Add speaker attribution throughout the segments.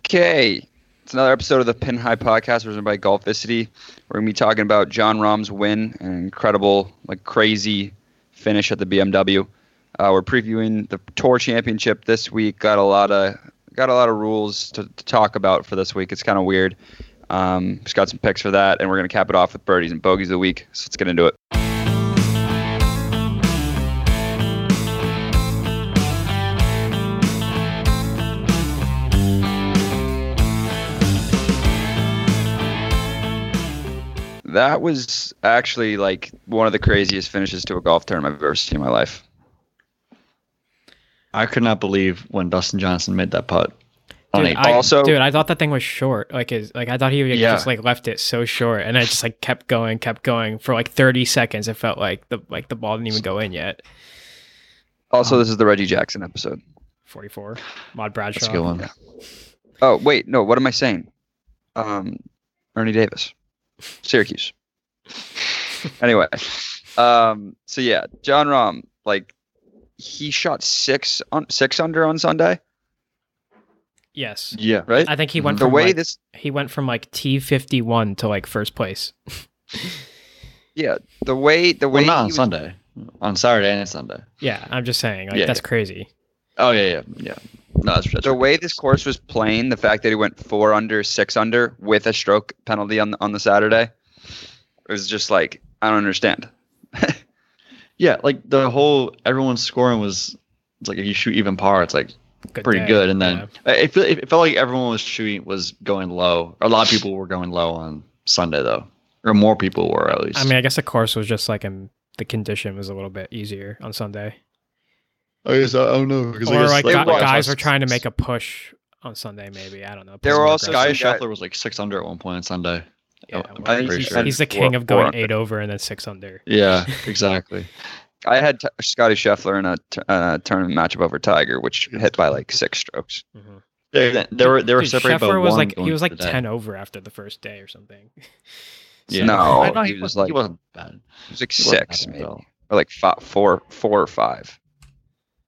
Speaker 1: Okay. It's another episode of the Pin High Podcast presented by Golficity. We're going to be talking about John Rahm's win, an incredible, like crazy finish at the BMW. Uh, we're previewing the Tour Championship this week. Got a lot of got a lot of rules to, to talk about for this week. It's kind of weird. Um, just got some picks for that, and we're going to cap it off with birdies and bogeys of the week. So let's get into it. That was actually like one of the craziest finishes to a golf tournament I've ever seen in my life.
Speaker 2: I could not believe when Dustin Johnson made that putt. on
Speaker 1: Funny.
Speaker 2: eight.
Speaker 1: I- Also-
Speaker 3: dude, I thought that thing was short. Like, is like I thought he would
Speaker 1: Yeah.
Speaker 3: just like left it so short, and I just like kept going, kept going for like thirty seconds. It felt like the like the ball didn't even go in yet. uh,
Speaker 1: Also, this is the Reggie Jackson episode.
Speaker 3: Forty four, Mod
Speaker 2: That's
Speaker 3: Bradshaw.
Speaker 2: a good one.
Speaker 1: Oh wait, no. What am I saying? Um, Ernie Davis, Syracuse. anyway, um, so yeah, John Rahm, like he shot six on six under on Sunday,
Speaker 3: Yes,
Speaker 2: Yeah.
Speaker 1: right?
Speaker 3: I think he went
Speaker 1: the
Speaker 3: from
Speaker 1: way
Speaker 3: like,
Speaker 1: this,
Speaker 3: he went from like T fifty one to like first place.
Speaker 1: yeah, the way the way
Speaker 2: Well, not
Speaker 1: he
Speaker 2: on
Speaker 1: was-
Speaker 2: Sunday. On Saturday and Sunday.
Speaker 3: Yeah, I'm just saying, like
Speaker 2: Yeah,
Speaker 3: that's crazy.
Speaker 2: Oh yeah, yeah, yeah. No, that's, that's
Speaker 1: the way this course was playing, the fact that he went four under, six under with a stroke penalty on on the Saturday, it was just like I don't understand.
Speaker 2: yeah. Like the whole everyone's scoring was. It's like if you shoot even par, it's like pretty
Speaker 3: day.
Speaker 2: good. And then
Speaker 3: Yeah.
Speaker 2: I- it, feel, it felt like everyone was shooting was going low. A lot of people were going low on Sunday though, or more people were at least.
Speaker 3: I mean, I guess the course was just like in the condition was a little bit easier on Sunday,
Speaker 2: I guess I don't know because
Speaker 3: or like
Speaker 1: it
Speaker 3: gu-
Speaker 1: was-
Speaker 3: guys were trying to make a push on Sunday. Maybe I don't know.
Speaker 1: There
Speaker 3: Push
Speaker 1: were
Speaker 3: more
Speaker 1: also
Speaker 3: aggressive.
Speaker 2: Sky
Speaker 1: Some guy-
Speaker 2: Scheffler was like six under at one point on Sunday.
Speaker 3: Yeah,
Speaker 2: I'm
Speaker 3: well,
Speaker 2: pretty
Speaker 1: he's-
Speaker 2: sure.
Speaker 3: He's the king
Speaker 1: Four-
Speaker 3: of going
Speaker 1: four under.
Speaker 3: eight over and then six under.
Speaker 2: Yeah, exactly.
Speaker 1: I had t- Scotty Scheffler in a t- uh, tournament matchup over Tiger, which hit by like six strokes.
Speaker 3: Mhm.
Speaker 2: they, they were they were
Speaker 3: Dude,
Speaker 2: separated by
Speaker 3: Scheffler was
Speaker 2: one
Speaker 3: like
Speaker 2: going
Speaker 3: he was like
Speaker 2: into the day.
Speaker 3: ten over after the first day or something.
Speaker 2: Yeah.
Speaker 1: No,
Speaker 2: I know
Speaker 1: he
Speaker 2: he,
Speaker 1: was
Speaker 2: was
Speaker 1: like-
Speaker 2: he wasn't bad.
Speaker 1: It was like
Speaker 2: He wasn't
Speaker 1: six,
Speaker 2: bad at
Speaker 1: maybe, or
Speaker 2: all.
Speaker 1: like five, four, four or five.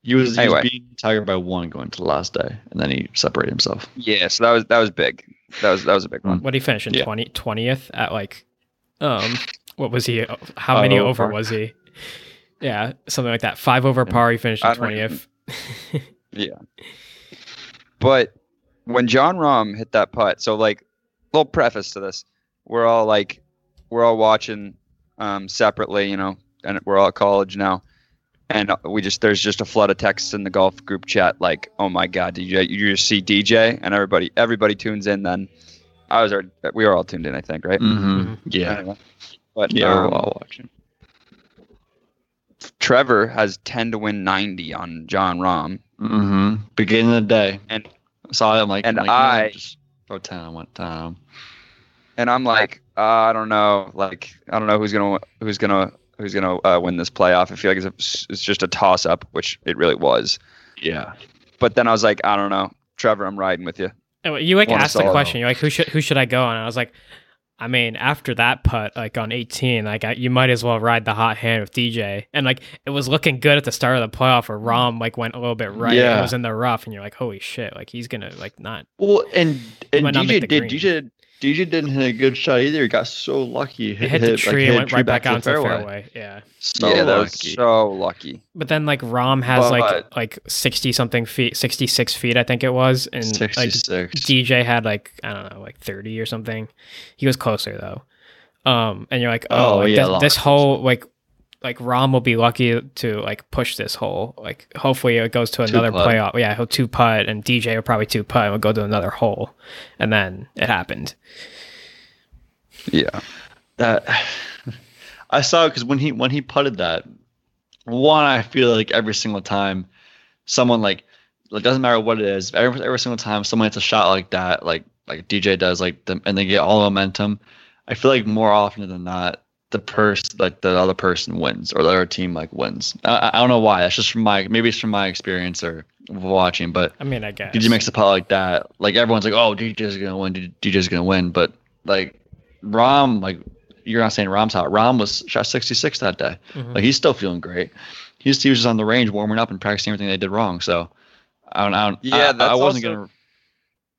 Speaker 2: He was, he
Speaker 1: Anyway.
Speaker 2: was beating Tiger by one going to the last day, and then he separated himself.
Speaker 1: Yeah, so that was that was big. That was that was a big one.
Speaker 3: What did he finish in
Speaker 2: Yeah.
Speaker 3: twenty twentieth 20th at like, um, what was he? How many
Speaker 2: Five over
Speaker 3: over
Speaker 2: par.
Speaker 3: was he? Yeah, something like that. Five over
Speaker 2: Yeah.
Speaker 3: par. He finished
Speaker 1: I
Speaker 3: in
Speaker 1: don't even-
Speaker 3: twentieth.
Speaker 1: But when John Rahm hit that putt, so like little preface to this, we're all like we're all watching um, separately, you know, and we're all at college now. And we just there's just a flood of texts in the golf group chat like, oh my god, did you, you just see DJ? And everybody everybody tunes in. Then I was already, we were all tuned in, I think, right?
Speaker 2: Mm-hmm. Yeah,
Speaker 1: Anyway. But
Speaker 2: yeah, we
Speaker 1: um,
Speaker 2: we're all watching.
Speaker 1: Trevor has 10 to win 90 on John Rahm.
Speaker 2: Mm-hmm. Beginning of the day,
Speaker 1: And-
Speaker 2: I saw it. I'm like,
Speaker 1: and
Speaker 2: I'm like, "No,
Speaker 1: I-
Speaker 2: just throw ten. I went ten. on him."
Speaker 1: And I'm like, uh, I don't know, like I don't know who's gonna who's gonna who's gonna uh, win this playoff. I feel like it's, a, it's just a toss up, which it really was.
Speaker 2: Yeah,
Speaker 1: But then I was like, I don't know, Trevor, I'm riding with you.
Speaker 3: You like
Speaker 1: Wanna
Speaker 3: asked the
Speaker 1: solo.
Speaker 3: question. You're like, who should who should I go on? And I was like, I mean, after that putt, like on 18, like I, you might as well ride the hot hand with DJ. And like it was looking good at the start of the playoff, where Rom like went a little bit right.
Speaker 2: Yeah.
Speaker 3: It was in the rough, and you're like, holy shit, like he's gonna like not.
Speaker 2: Well, and
Speaker 3: He
Speaker 2: and
Speaker 3: might not make
Speaker 2: DJ
Speaker 3: the
Speaker 2: did
Speaker 3: green.
Speaker 2: DJ DJ didn't hit a good shot either. He got so lucky.
Speaker 3: It hit, the
Speaker 2: like,
Speaker 3: tree
Speaker 2: hit
Speaker 3: and went
Speaker 2: tree
Speaker 3: right back,
Speaker 2: to
Speaker 3: out into the fairway. Yeah.
Speaker 2: So
Speaker 1: yeah, that
Speaker 2: lucky.
Speaker 1: was so lucky.
Speaker 3: But then like Rom has
Speaker 1: But-
Speaker 3: like like 60 something feet, 66 feet, I think it was, and like
Speaker 2: 66.
Speaker 3: DJ had like I don't know, like thirty or something. He was closer though. Um, and you're like, oh,
Speaker 2: Oh,
Speaker 3: like,
Speaker 2: yeah,
Speaker 3: this-
Speaker 2: long
Speaker 3: this,
Speaker 2: distance.
Speaker 3: whole like, like Rom will be lucky to like push this hole. Like, hopefully it goes to another
Speaker 2: putt.
Speaker 3: playoff. Yeah, he'll two putt, and DJ will probably two putt and will go to another hole, and then it happened.
Speaker 1: Yeah,
Speaker 2: that I saw because when he when he putted that one, I feel like every single time someone like it doesn't matter what it is, every every single time someone hits a shot like that, like like DJ does, like them, and they get all momentum. I feel like more often than not, the person like the other person wins or the other team like wins. I- I, I don't know why. That's just from my maybe it's from my experience or watching, but
Speaker 3: I mean, I guess
Speaker 2: DJ makes a putt like that, like everyone's like, "Oh, DJ's gonna win. DJ's gonna win." But like, Rom, like you're not saying Rom's hot. Rom was shot 66 that day.
Speaker 3: Mhm.
Speaker 2: Like he's still feeling great. He's he was just on the range warming up and practicing everything they did wrong. So I don't. I don't
Speaker 1: Yeah,
Speaker 2: I, I
Speaker 1: that's
Speaker 2: wasn't
Speaker 1: also-
Speaker 2: gonna.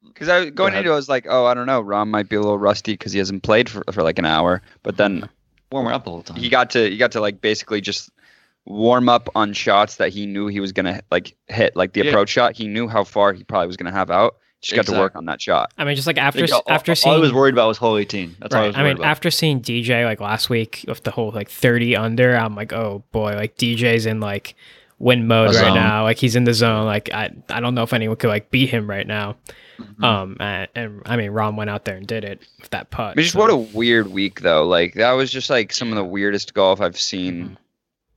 Speaker 1: Because I going
Speaker 2: ahead.
Speaker 1: into it, I was like, oh, I don't know, Rom might be a little rusty because he hasn't played for, for like an hour. But then
Speaker 2: warmer up the whole time.
Speaker 1: he got to he got to like basically just warm up on shots that he knew he was gonna like hit, like the
Speaker 2: Yeah.
Speaker 1: approach shot. He knew how far he probably was gonna have out. Just got to work
Speaker 2: Exactly.
Speaker 1: on that shot.
Speaker 3: I mean, just like after
Speaker 2: Like, all,
Speaker 3: after
Speaker 2: all
Speaker 3: seeing
Speaker 2: I was worried about was hole 18. That's all I
Speaker 3: right.
Speaker 2: was
Speaker 3: I,
Speaker 2: worried
Speaker 3: mean,
Speaker 2: about.
Speaker 3: after seeing DJ like last week with the whole like 30 under, I'm like, oh boy, like DJ's in like win mode
Speaker 2: The
Speaker 3: right
Speaker 2: zone.
Speaker 3: now. Like he's in the zone. Like I, I don't know if anyone could like beat him right now.
Speaker 2: Mhm.
Speaker 3: Um, and, and I mean, Rom went out there and did it with that putt.
Speaker 1: I mean, just
Speaker 3: so-
Speaker 1: what a weird week though. Like that was just like some of the weirdest golf I've seen.
Speaker 3: Mm-hmm.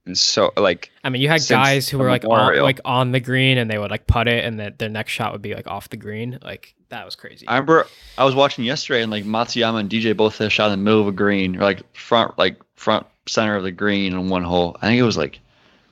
Speaker 1: And so like
Speaker 3: I mean, you had
Speaker 1: since
Speaker 3: guys who
Speaker 1: the
Speaker 3: were like on,
Speaker 1: Memorial.
Speaker 3: like on the green and they would like putt it, and that their next shot would be like off the green. Like that was crazy.
Speaker 2: I remember I was watching yesterday and like Matsuyama and DJ both hit a shot in the middle of a green, or like front like front center of the green in one hole. I think it was like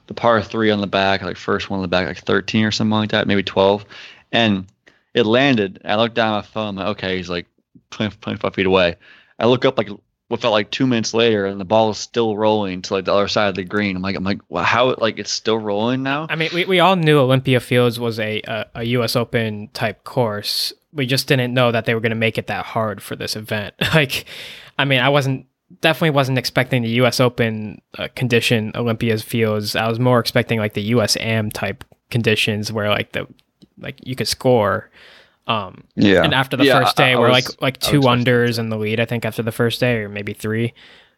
Speaker 2: the par three on the back, like first one on the back, like thirteen or something like that, maybe twelve. And it landed. I looked down at my phone, like, okay, he's like 20, 25 feet away. I look up like what felt like two minutes later and the ball is still rolling to like the other side of the green. I'm like I'm like, wow, how like it's still rolling now?
Speaker 3: I mean, we, we all knew Olympia Fields was a, a, a U.S. Open type course. We just didn't know that they were going to make it that hard for this event. Like, I mean, I wasn't definitely wasn't expecting the U.S. Open uh, condition Olympia's Fields. I was more expecting like the U.S. Am type conditions where like the like you could score. Um,
Speaker 1: yeah.
Speaker 3: and after the
Speaker 2: Yeah,
Speaker 3: first
Speaker 2: I-
Speaker 3: day,
Speaker 2: I
Speaker 3: we're
Speaker 2: was-
Speaker 3: like like
Speaker 2: I
Speaker 3: two
Speaker 2: was expecting
Speaker 3: unders in the lead. I think after the first day, or maybe three,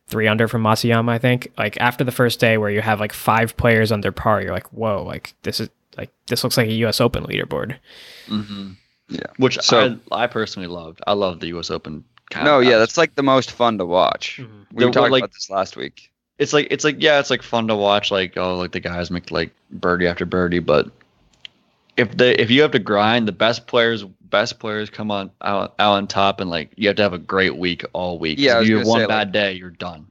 Speaker 3: three under from Masayama. I think like after the first day, where you have like five players under par, you're like, whoa, like this is like this looks like a U.S. Open leaderboard.
Speaker 2: Mm-hmm.
Speaker 1: Yeah.
Speaker 2: Which
Speaker 1: So-
Speaker 2: I I personally loved. I loved the US Open
Speaker 3: uh,
Speaker 2: kind
Speaker 1: no,
Speaker 2: of
Speaker 1: yeah, that's like the most fun to watch.
Speaker 3: Mm-hmm.
Speaker 1: We were
Speaker 2: There were,
Speaker 1: talking
Speaker 2: like-
Speaker 1: about this last week.
Speaker 2: it's like it's like yeah, it's like fun to watch. Like oh, like the guys make like birdie after birdie, but if they if you have to grind, the best players best players come on out, out on top, and like you have to have a great week all week. 'Cause
Speaker 1: Yeah, I
Speaker 2: if
Speaker 1: was
Speaker 2: you
Speaker 1: gonna
Speaker 2: have one
Speaker 1: say, like-
Speaker 2: bad day, you're done.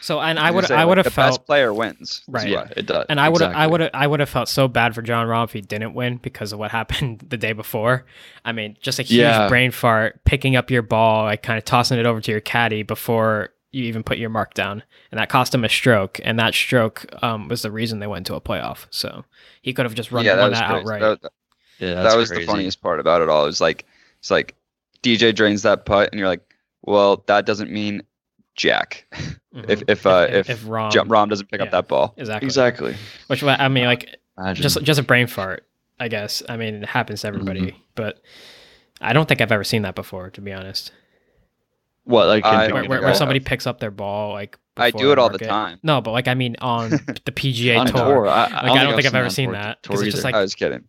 Speaker 3: So and
Speaker 1: was
Speaker 3: I
Speaker 1: gonna
Speaker 3: would
Speaker 1: say,
Speaker 3: I
Speaker 1: like,
Speaker 3: would have
Speaker 1: the
Speaker 3: felt
Speaker 1: best player wins.
Speaker 3: Right.
Speaker 2: Yeah, it does.
Speaker 3: and I would have I
Speaker 2: exactly.
Speaker 3: would have I would have felt so bad for John Rahm if he didn't win because of what happened the day before. I mean, just a huge
Speaker 2: Yeah.
Speaker 3: brain fart, picking up your ball, like kind of tossing it over to your caddy before you even put your mark down, and that cost him a stroke. And that stroke um, was the reason they went to a playoff. So he could have just run
Speaker 1: yeah, that
Speaker 3: won
Speaker 1: was
Speaker 3: that
Speaker 1: crazy.
Speaker 3: outright.
Speaker 1: That-
Speaker 2: Yeah,
Speaker 1: that
Speaker 2: that's
Speaker 1: was
Speaker 2: crazy.
Speaker 1: the funniest part about it all. It was like it's like DJ drains that putt, and you're like, well, that doesn't mean jack
Speaker 3: Mhm.
Speaker 1: if if uh, if,
Speaker 3: Rahm,
Speaker 1: Jump Rom doesn't pick
Speaker 3: yeah.
Speaker 1: up that ball.
Speaker 3: exactly.
Speaker 2: Exactly.
Speaker 3: Which I mean, like
Speaker 2: Imagine.
Speaker 3: just just a brain fart, I guess. I mean, it happens to everybody,
Speaker 1: Mm-hmm.
Speaker 3: but I don't think I've ever seen that before, to be honest.
Speaker 2: what like
Speaker 1: I-
Speaker 2: in-
Speaker 1: don't
Speaker 3: where,
Speaker 1: think
Speaker 3: where,
Speaker 1: I
Speaker 3: where
Speaker 1: have.
Speaker 3: somebody picks up their ball like
Speaker 1: I
Speaker 3: before
Speaker 1: do it all
Speaker 3: mark
Speaker 1: the time.
Speaker 3: No, but like I mean on the PGA
Speaker 2: on
Speaker 3: tour.
Speaker 2: tour. I, I
Speaker 3: Like, I don't think I've
Speaker 2: seen
Speaker 3: ever
Speaker 2: on
Speaker 3: seen
Speaker 2: tour-
Speaker 3: that,
Speaker 2: tour
Speaker 3: 'cause it's just
Speaker 2: either.
Speaker 1: I was kidding.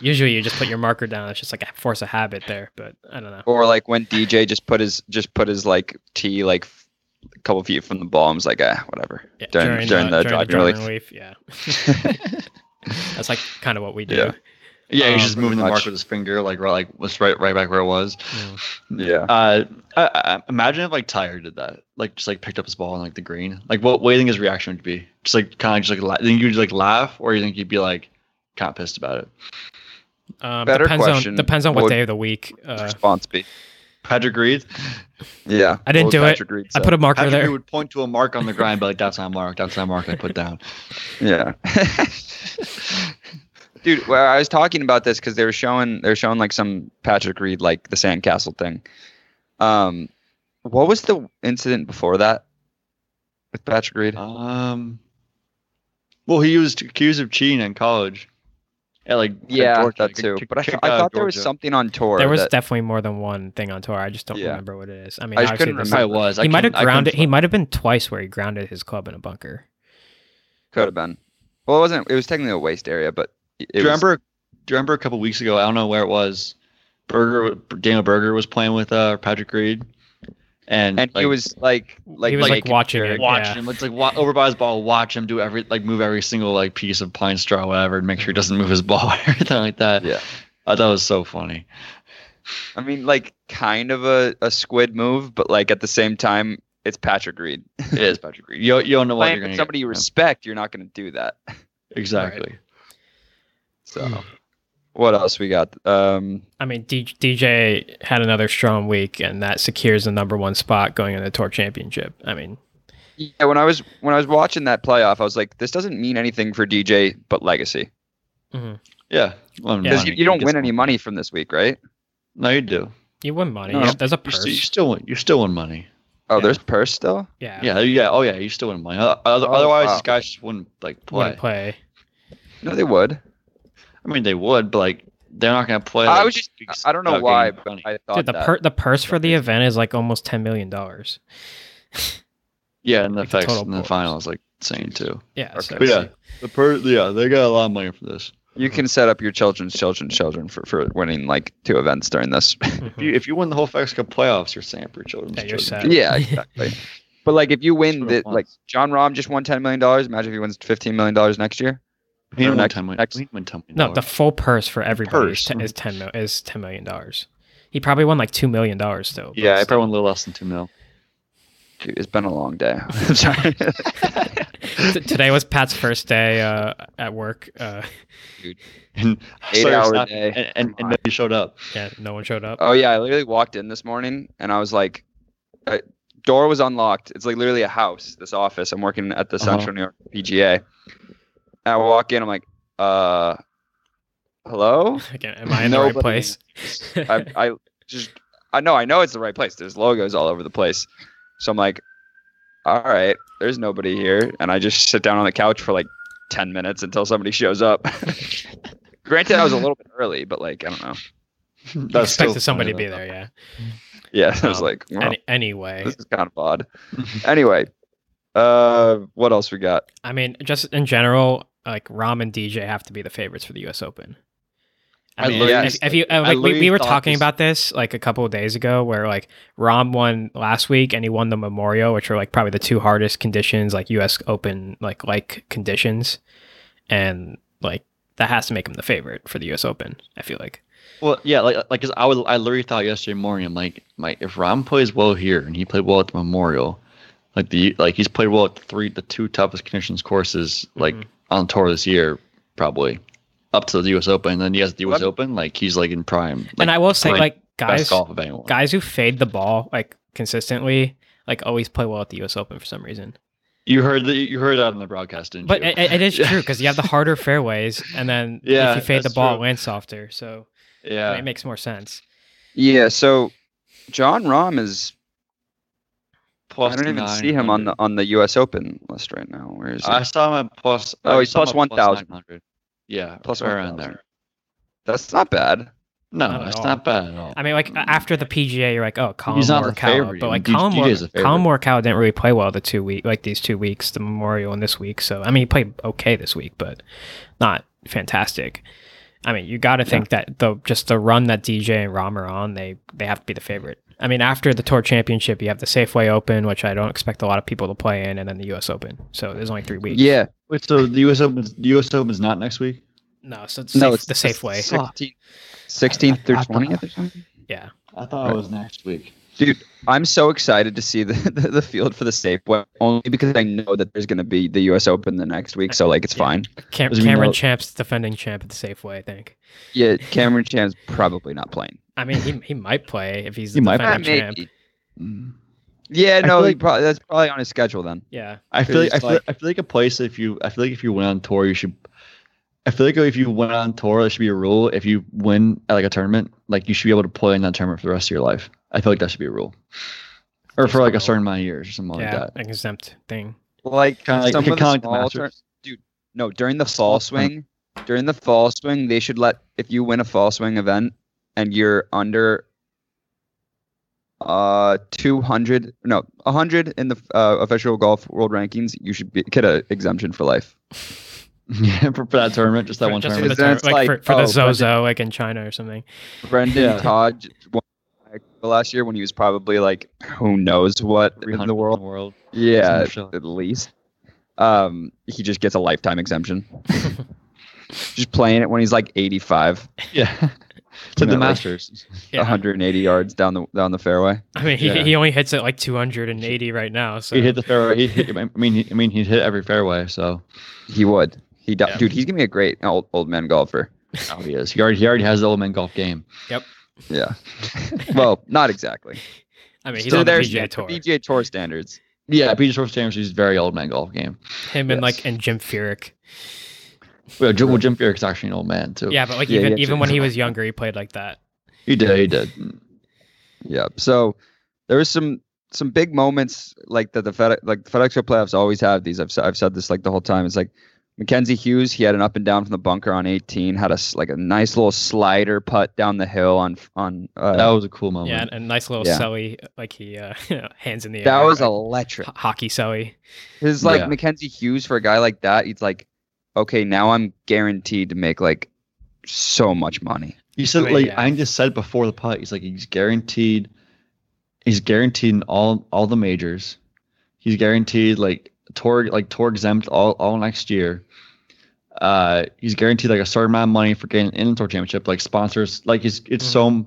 Speaker 3: Usually you just put your marker down. It's just like a force of habit there, but I don't know.
Speaker 1: Or like when DJ just put his just put his like tee like f- a couple feet from the ball. I was like, ah, whatever.
Speaker 3: Yeah,
Speaker 1: During- during the driving
Speaker 3: driving
Speaker 1: relief.
Speaker 3: Yeah, that's like kind of what we do.
Speaker 1: Yeah.
Speaker 2: yeah,
Speaker 3: Um,
Speaker 2: he's just moving the
Speaker 1: much.
Speaker 2: mark with his finger, like right, like was right, right back where it was.
Speaker 3: Mm.
Speaker 1: yeah.
Speaker 2: Uh, I, I, imagine if like Tyre did that, like just like picked up his ball on like the green. Like what, what do you think his reaction would be? Just like kind of just like la- think you'd like laugh, or you think you'd be like kind of pissed about it?
Speaker 3: Um,
Speaker 1: Better
Speaker 3: depends
Speaker 1: question,
Speaker 3: on depends on what
Speaker 1: would-
Speaker 3: day of the week. Uh,
Speaker 1: Response be.
Speaker 2: Patrick Reed,
Speaker 1: Yeah.
Speaker 3: I didn't
Speaker 1: Old
Speaker 3: do it.
Speaker 1: Patrick Reed
Speaker 3: I
Speaker 1: said.
Speaker 3: put a marker
Speaker 2: Patrick Reed
Speaker 3: there.
Speaker 2: would point to a mark on the grind, but like that's not a mark, that's not a mark I put down.
Speaker 1: Yeah. Dude, well, I was talking about this because they were showing they were showing like some Patrick Reed like the sandcastle thing. Um, what was the incident before that with Patrick Reed?
Speaker 2: Um, well, he was accused of cheating in college. At like at
Speaker 1: yeah,
Speaker 2: Georgia,
Speaker 1: that
Speaker 2: like,
Speaker 1: too.
Speaker 2: kick-
Speaker 1: But I,
Speaker 2: kicked
Speaker 1: I
Speaker 2: out of
Speaker 1: thought there was
Speaker 2: uh, Georgia.
Speaker 1: something on tour.
Speaker 3: There was
Speaker 1: that-
Speaker 3: definitely more than one thing on tour. I just don't
Speaker 1: Yeah.
Speaker 3: remember what it is. I mean,
Speaker 1: I just
Speaker 3: obviously
Speaker 1: couldn't
Speaker 3: there's-
Speaker 1: remember.
Speaker 2: I was. I
Speaker 3: he might have
Speaker 2: couldn't- I couldn't
Speaker 3: grounded. He
Speaker 2: find-
Speaker 3: might have been twice where he grounded his club in a bunker.
Speaker 1: could have been. Well, it wasn't. It was technically a waste area, but it
Speaker 2: do
Speaker 1: was-
Speaker 2: you remember? Do you remember a couple weeks ago? I don't know where it was. Burger, Daniel Berger was playing with uh, Patrick Reed, and
Speaker 1: And he
Speaker 2: like,
Speaker 1: was like, like,
Speaker 3: he was like,
Speaker 1: naked.
Speaker 3: watching
Speaker 2: like,
Speaker 3: it.
Speaker 2: watch
Speaker 3: yeah.
Speaker 2: him. It's like wa- over by his ball, watch him do every like move every single like piece of pine straw, whatever, and make sure he doesn't move his ball, or anything like that.
Speaker 1: Yeah.
Speaker 2: I thought it was so funny.
Speaker 1: I mean, like kind of a, a squid move, but like at the same time, it's Patrick Reed.
Speaker 2: It is Patrick Reed. You, you don't know what
Speaker 1: Playing
Speaker 2: you're
Speaker 1: with
Speaker 2: gonna
Speaker 1: somebody
Speaker 2: get.
Speaker 1: you respect, you're not going to do that.
Speaker 2: Exactly.
Speaker 3: Hmm.
Speaker 1: So, what else we got? Um,
Speaker 3: I mean, D- DJ had another strong week, and that secures the number one spot going in the tour championship. I mean,
Speaker 1: yeah, when I was when I was watching that playoff, I was like, this doesn't mean anything for DJ but legacy
Speaker 2: Yeah. Well,
Speaker 3: Yeah.
Speaker 1: because
Speaker 2: money.
Speaker 1: you, you don't
Speaker 2: He
Speaker 1: win
Speaker 2: gets-
Speaker 1: any money from this week, right?
Speaker 2: No, you do.
Speaker 3: You win money.
Speaker 2: No,
Speaker 3: yeah, there's a
Speaker 2: Oh, You still, you
Speaker 3: purse.
Speaker 2: still win. You still win money.
Speaker 1: Oh,
Speaker 3: Yeah.
Speaker 1: there's purse still.
Speaker 3: Yeah.
Speaker 2: Yeah, yeah. Oh, yeah. You still win money. Oth- oth-
Speaker 1: Oh,
Speaker 2: Otherwise,
Speaker 1: wow.
Speaker 2: these guys just wouldn't like play.
Speaker 3: Wouldn't play.
Speaker 1: No, they would.
Speaker 2: I mean, they would, but like they're not gonna play.
Speaker 1: I
Speaker 2: like,
Speaker 1: was just.
Speaker 2: weeks
Speaker 1: I don't know
Speaker 2: without
Speaker 1: why,
Speaker 2: getting
Speaker 1: but
Speaker 2: money.
Speaker 1: I thought
Speaker 3: Dude, the
Speaker 1: that.
Speaker 3: per- the purse for the event is like almost ten million dollars.
Speaker 2: yeah, and the
Speaker 3: like, the
Speaker 2: effects
Speaker 3: total
Speaker 2: in the
Speaker 3: points.
Speaker 2: final is like insane too.
Speaker 3: Yeah.
Speaker 1: Okay.
Speaker 3: so
Speaker 1: But
Speaker 3: it's
Speaker 2: Oh, yeah.
Speaker 3: like-
Speaker 2: The per- yeah, they got a lot of money for this.
Speaker 1: You can set up your children's children's children for, for winning like two events during this.
Speaker 3: mm-hmm.
Speaker 2: If you, if you win the whole FedEx Cup playoffs, you're saying for children.
Speaker 3: Hmm. Yeah, you're
Speaker 2: children.
Speaker 3: set.
Speaker 1: yeah, exactly. But like, if you win,
Speaker 2: Sort of
Speaker 1: the, like
Speaker 2: wants.
Speaker 1: John Rom just won ten million dollars. Imagine if he wins fifteen million dollars next year.
Speaker 2: He didn't win
Speaker 1: Next-
Speaker 2: ten million-
Speaker 1: next-
Speaker 2: he didn't win $10 million.
Speaker 3: No, the full purse for everybody
Speaker 2: purse. mm-hmm.
Speaker 3: Is, ten, is ten mil- is ten million dollars. He probably won like two million dollars still. but
Speaker 2: yeah, I
Speaker 3: still.
Speaker 2: probably won a little less than two mil.
Speaker 1: Dude, it's been a long day. I'm sorry.
Speaker 3: T- today was Pat's first day uh, at work. Uh,
Speaker 2: And
Speaker 1: Eight
Speaker 2: Sawyer
Speaker 1: hour
Speaker 2: stopped-
Speaker 1: day.
Speaker 2: and, and,
Speaker 1: Come
Speaker 2: and then he showed up.
Speaker 3: yeah, no one showed up.
Speaker 1: oh yeah, I literally walked in this morning and I was like, I, door was unlocked. It's like literally a house. This office. I'm working at the
Speaker 2: Uh-huh.
Speaker 1: Central New York PGA. And I walk in. I'm like, uh,
Speaker 2: Oh.
Speaker 1: hello.
Speaker 3: Again, am I in the right
Speaker 1: Nobody-
Speaker 3: place?
Speaker 1: I, I just I know I know it's the right place. There's logos all over the place. So I'm like, all right, there's nobody here, and I just sit down on the couch for like ten minutes until somebody shows up. Granted, I was a little bit early, but like I don't know.
Speaker 3: I
Speaker 2: That's
Speaker 3: expected
Speaker 2: still
Speaker 3: somebody to
Speaker 2: funny,
Speaker 3: be there. Yeah.
Speaker 1: Yeah, I was
Speaker 3: Um,
Speaker 1: like, well,
Speaker 3: Any, anyway,
Speaker 1: this is kind of odd. anyway, uh, what else we got?
Speaker 3: I mean, just in general, like Rom and DJ have to be the favorites for the U.S. Open. I,
Speaker 2: I
Speaker 3: mean,
Speaker 1: literally-
Speaker 3: if, if you uh,
Speaker 2: I
Speaker 3: like, we,
Speaker 2: literally
Speaker 3: we were
Speaker 2: thought
Speaker 3: talking
Speaker 2: this-
Speaker 3: about this like a couple of days ago, where like Rom won last week and he won the Memorial, which are like probably the two hardest conditions, like U.S. Open like like conditions, and like that has to make him the favorite for the U.S. Open. I feel like.
Speaker 2: Well, yeah, like like 'cause I would, I literally thought yesterday morning, I'm like, my if Rom plays well here and he played well at the Memorial, like the like he's played well at the three the two toughest conditions courses like
Speaker 3: Mhm.
Speaker 2: on tour this year, probably up to the U.S. Open, and then he has the U.S.
Speaker 1: Let-
Speaker 2: Open, like he's like in prime, like,
Speaker 3: and I will say,
Speaker 2: prime
Speaker 3: like
Speaker 2: best
Speaker 3: guys,
Speaker 2: golf of anyone.
Speaker 3: guys who fade the ball like consistently, like always play well at the U.S. Open for some reason.
Speaker 2: You heard the, you heard that on the broadcast, didn't
Speaker 3: But
Speaker 2: you?
Speaker 3: it, it it is
Speaker 2: Yeah.
Speaker 3: true because you have the harder fairways, and then
Speaker 2: Yeah,
Speaker 3: if you fade the
Speaker 2: that's
Speaker 3: ball, it
Speaker 2: true.
Speaker 3: lands softer. So
Speaker 2: yeah,
Speaker 3: it makes more sense.
Speaker 1: Yeah, so John Rahm is. I don't even see him on the
Speaker 2: 900.
Speaker 1: on the U.S. Open list right now. Where is he?
Speaker 2: I saw him at plus.
Speaker 1: Oh,
Speaker 2: I
Speaker 1: he's
Speaker 2: saw him
Speaker 1: plus
Speaker 2: at
Speaker 1: 1,000.
Speaker 2: 900. Yeah,
Speaker 1: Plus
Speaker 2: plus around
Speaker 1: 1,000.
Speaker 2: there.
Speaker 1: That's not bad.
Speaker 2: No,
Speaker 3: Not at
Speaker 2: it's
Speaker 3: all.
Speaker 2: not bad at all.
Speaker 3: I mean, like a- after the PGA, you're like, oh, Colin
Speaker 2: He's not the
Speaker 3: Morikawa,
Speaker 2: favorite.
Speaker 3: but like
Speaker 2: D-
Speaker 3: Colin,
Speaker 2: DJ is
Speaker 3: Mor-
Speaker 2: the
Speaker 3: Colin Morikawa didn't really play well the two week, like these two weeks, the Memorial and this week. So I mean, he played okay this week, but not fantastic. I mean, you got to think that the just the run that DJ and Rom are on, they they have to be the favorite. I mean, after the Tour Championship, you have the Safeway Open, which I don't expect a lot of people to play in, and then the U.S. Open. So there's only three weeks.
Speaker 1: Yeah,
Speaker 2: Wait, so the U.S. Open, the U.S. Open is not next week.
Speaker 3: No, so it's
Speaker 1: No,
Speaker 3: safe,
Speaker 1: it's
Speaker 3: the Safeway.
Speaker 1: 16th, 16th through
Speaker 2: I- I-
Speaker 1: 20th or something.
Speaker 2: I thought it was next week.
Speaker 1: I'm so excited to see the, the, the field for the Safeway only because I know that there's going to be the U.S. Open the next week, so like it's
Speaker 3: Yeah.
Speaker 1: fine.
Speaker 3: Cam-
Speaker 2: As we
Speaker 3: Cameron
Speaker 2: know-
Speaker 3: Champ's defending champ at the Safeway, I think.
Speaker 1: Yeah, Cameron Cham's probably not playing.
Speaker 3: I mean, he, he might play if he's
Speaker 2: He
Speaker 3: the
Speaker 2: might
Speaker 3: defending champ.
Speaker 1: Yeah,
Speaker 2: I
Speaker 1: no,
Speaker 2: feel
Speaker 1: he
Speaker 2: like-
Speaker 1: probably, that's probably on his schedule then.
Speaker 3: Yeah.
Speaker 2: I feel like, I
Speaker 1: It's
Speaker 2: feel,
Speaker 1: like-
Speaker 2: I feel like a place if you I feel like if you went on tour you should. I feel like if you went on tour, there should be a rule. If you win at like a tournament, like you should be able to play in that tournament for the rest of your life. I feel like that should be a rule, or
Speaker 3: Just
Speaker 2: for like
Speaker 3: a
Speaker 2: a
Speaker 3: rule.
Speaker 2: certain amount of years or something
Speaker 3: yeah.
Speaker 2: like that.
Speaker 3: An exempt thing.
Speaker 1: Like
Speaker 2: Kind of like,
Speaker 1: some of
Speaker 2: kinda
Speaker 1: the
Speaker 2: like the
Speaker 1: small
Speaker 2: Masters.
Speaker 1: turn- no during the fall swing, during the fall swing they should let if you win a fall swing event and you're under uh 200 no 100 in the uh, official golf world rankings you should be, get a exemption for life
Speaker 2: yeah, for, for that tournament, just that
Speaker 3: For-
Speaker 2: one
Speaker 3: just for
Speaker 2: tournament.
Speaker 3: the
Speaker 1: Because
Speaker 3: tour-
Speaker 1: then
Speaker 3: like,
Speaker 1: it's
Speaker 3: for, for
Speaker 1: like,
Speaker 3: the
Speaker 1: oh,
Speaker 3: Zozo, like in China or something.
Speaker 1: Brendan
Speaker 2: Yeah.
Speaker 1: Todd won the last year when he was probably like who knows what in
Speaker 2: 300
Speaker 1: the world. Yeah,
Speaker 2: Something
Speaker 1: at least. Um, he just gets a lifetime exemption. just playing it when he's like 85,
Speaker 2: Yeah, to
Speaker 1: No,
Speaker 2: the
Speaker 1: like-
Speaker 2: Masters.
Speaker 3: Yeah.
Speaker 1: 180 yards down the down the fairway.
Speaker 3: I mean, he,
Speaker 2: Yeah.
Speaker 3: he only hits it like 280 right now. So
Speaker 2: He hit the fairway. He hit, I mean, he, I mean, he hit every fairway. So
Speaker 1: He would. He do-
Speaker 3: Yeah.
Speaker 1: dude, he's gonna be a great old old man golfer.
Speaker 2: oh, he is. He already, he already has the old man golf game.
Speaker 1: Yeah. well, not exactly.
Speaker 3: I mean, he's
Speaker 1: So
Speaker 3: on the
Speaker 1: there's
Speaker 3: PGA
Speaker 1: that,
Speaker 3: Tour.
Speaker 1: PGA Tour standards.
Speaker 2: Yeah, Peter Stroh Stamps is very old man golf game.
Speaker 3: Him
Speaker 1: yes.
Speaker 3: and like and Jim Furyk.
Speaker 2: Well, Jim, well, Jim Furyk's actually an old man too.
Speaker 3: Yeah, but like
Speaker 1: Yeah,
Speaker 3: even
Speaker 1: yeah,
Speaker 3: even
Speaker 1: Jim-
Speaker 3: when he was younger, he played like that.
Speaker 2: You did. You did.
Speaker 1: Yeah. So there was some some big moments like that the Fed like FedEx Cup playoffs always have these. I've s- I've said this like the whole time. It's like Mackenzie Hughes. He had an up and down from the bunker on 18. Had a s- like a nice little slider putt down the hill on on. Uh,
Speaker 3: Oh,
Speaker 2: That was a cool moment.
Speaker 3: yeah, and a nice little
Speaker 1: Yeah.
Speaker 3: selly, like he uh, hands in the air.
Speaker 1: that was
Speaker 3: like,
Speaker 1: electric.
Speaker 3: ho- hockey selly.
Speaker 1: His like
Speaker 2: Yeah.
Speaker 1: Mackenzie Hughes for a guy like that. He's like, okay, now I'm guaranteed to make like so much money.
Speaker 2: You said
Speaker 3: Wait,
Speaker 2: like
Speaker 3: yeah.
Speaker 2: I just said before the putt. He's like he's guaranteed. He's guaranteed in all all the majors. He's guaranteed like tour like tour exempt all all next year. Uh, he's guaranteed like a certain amount of money for getting in the tour championship. Like sponsors, like it's it's so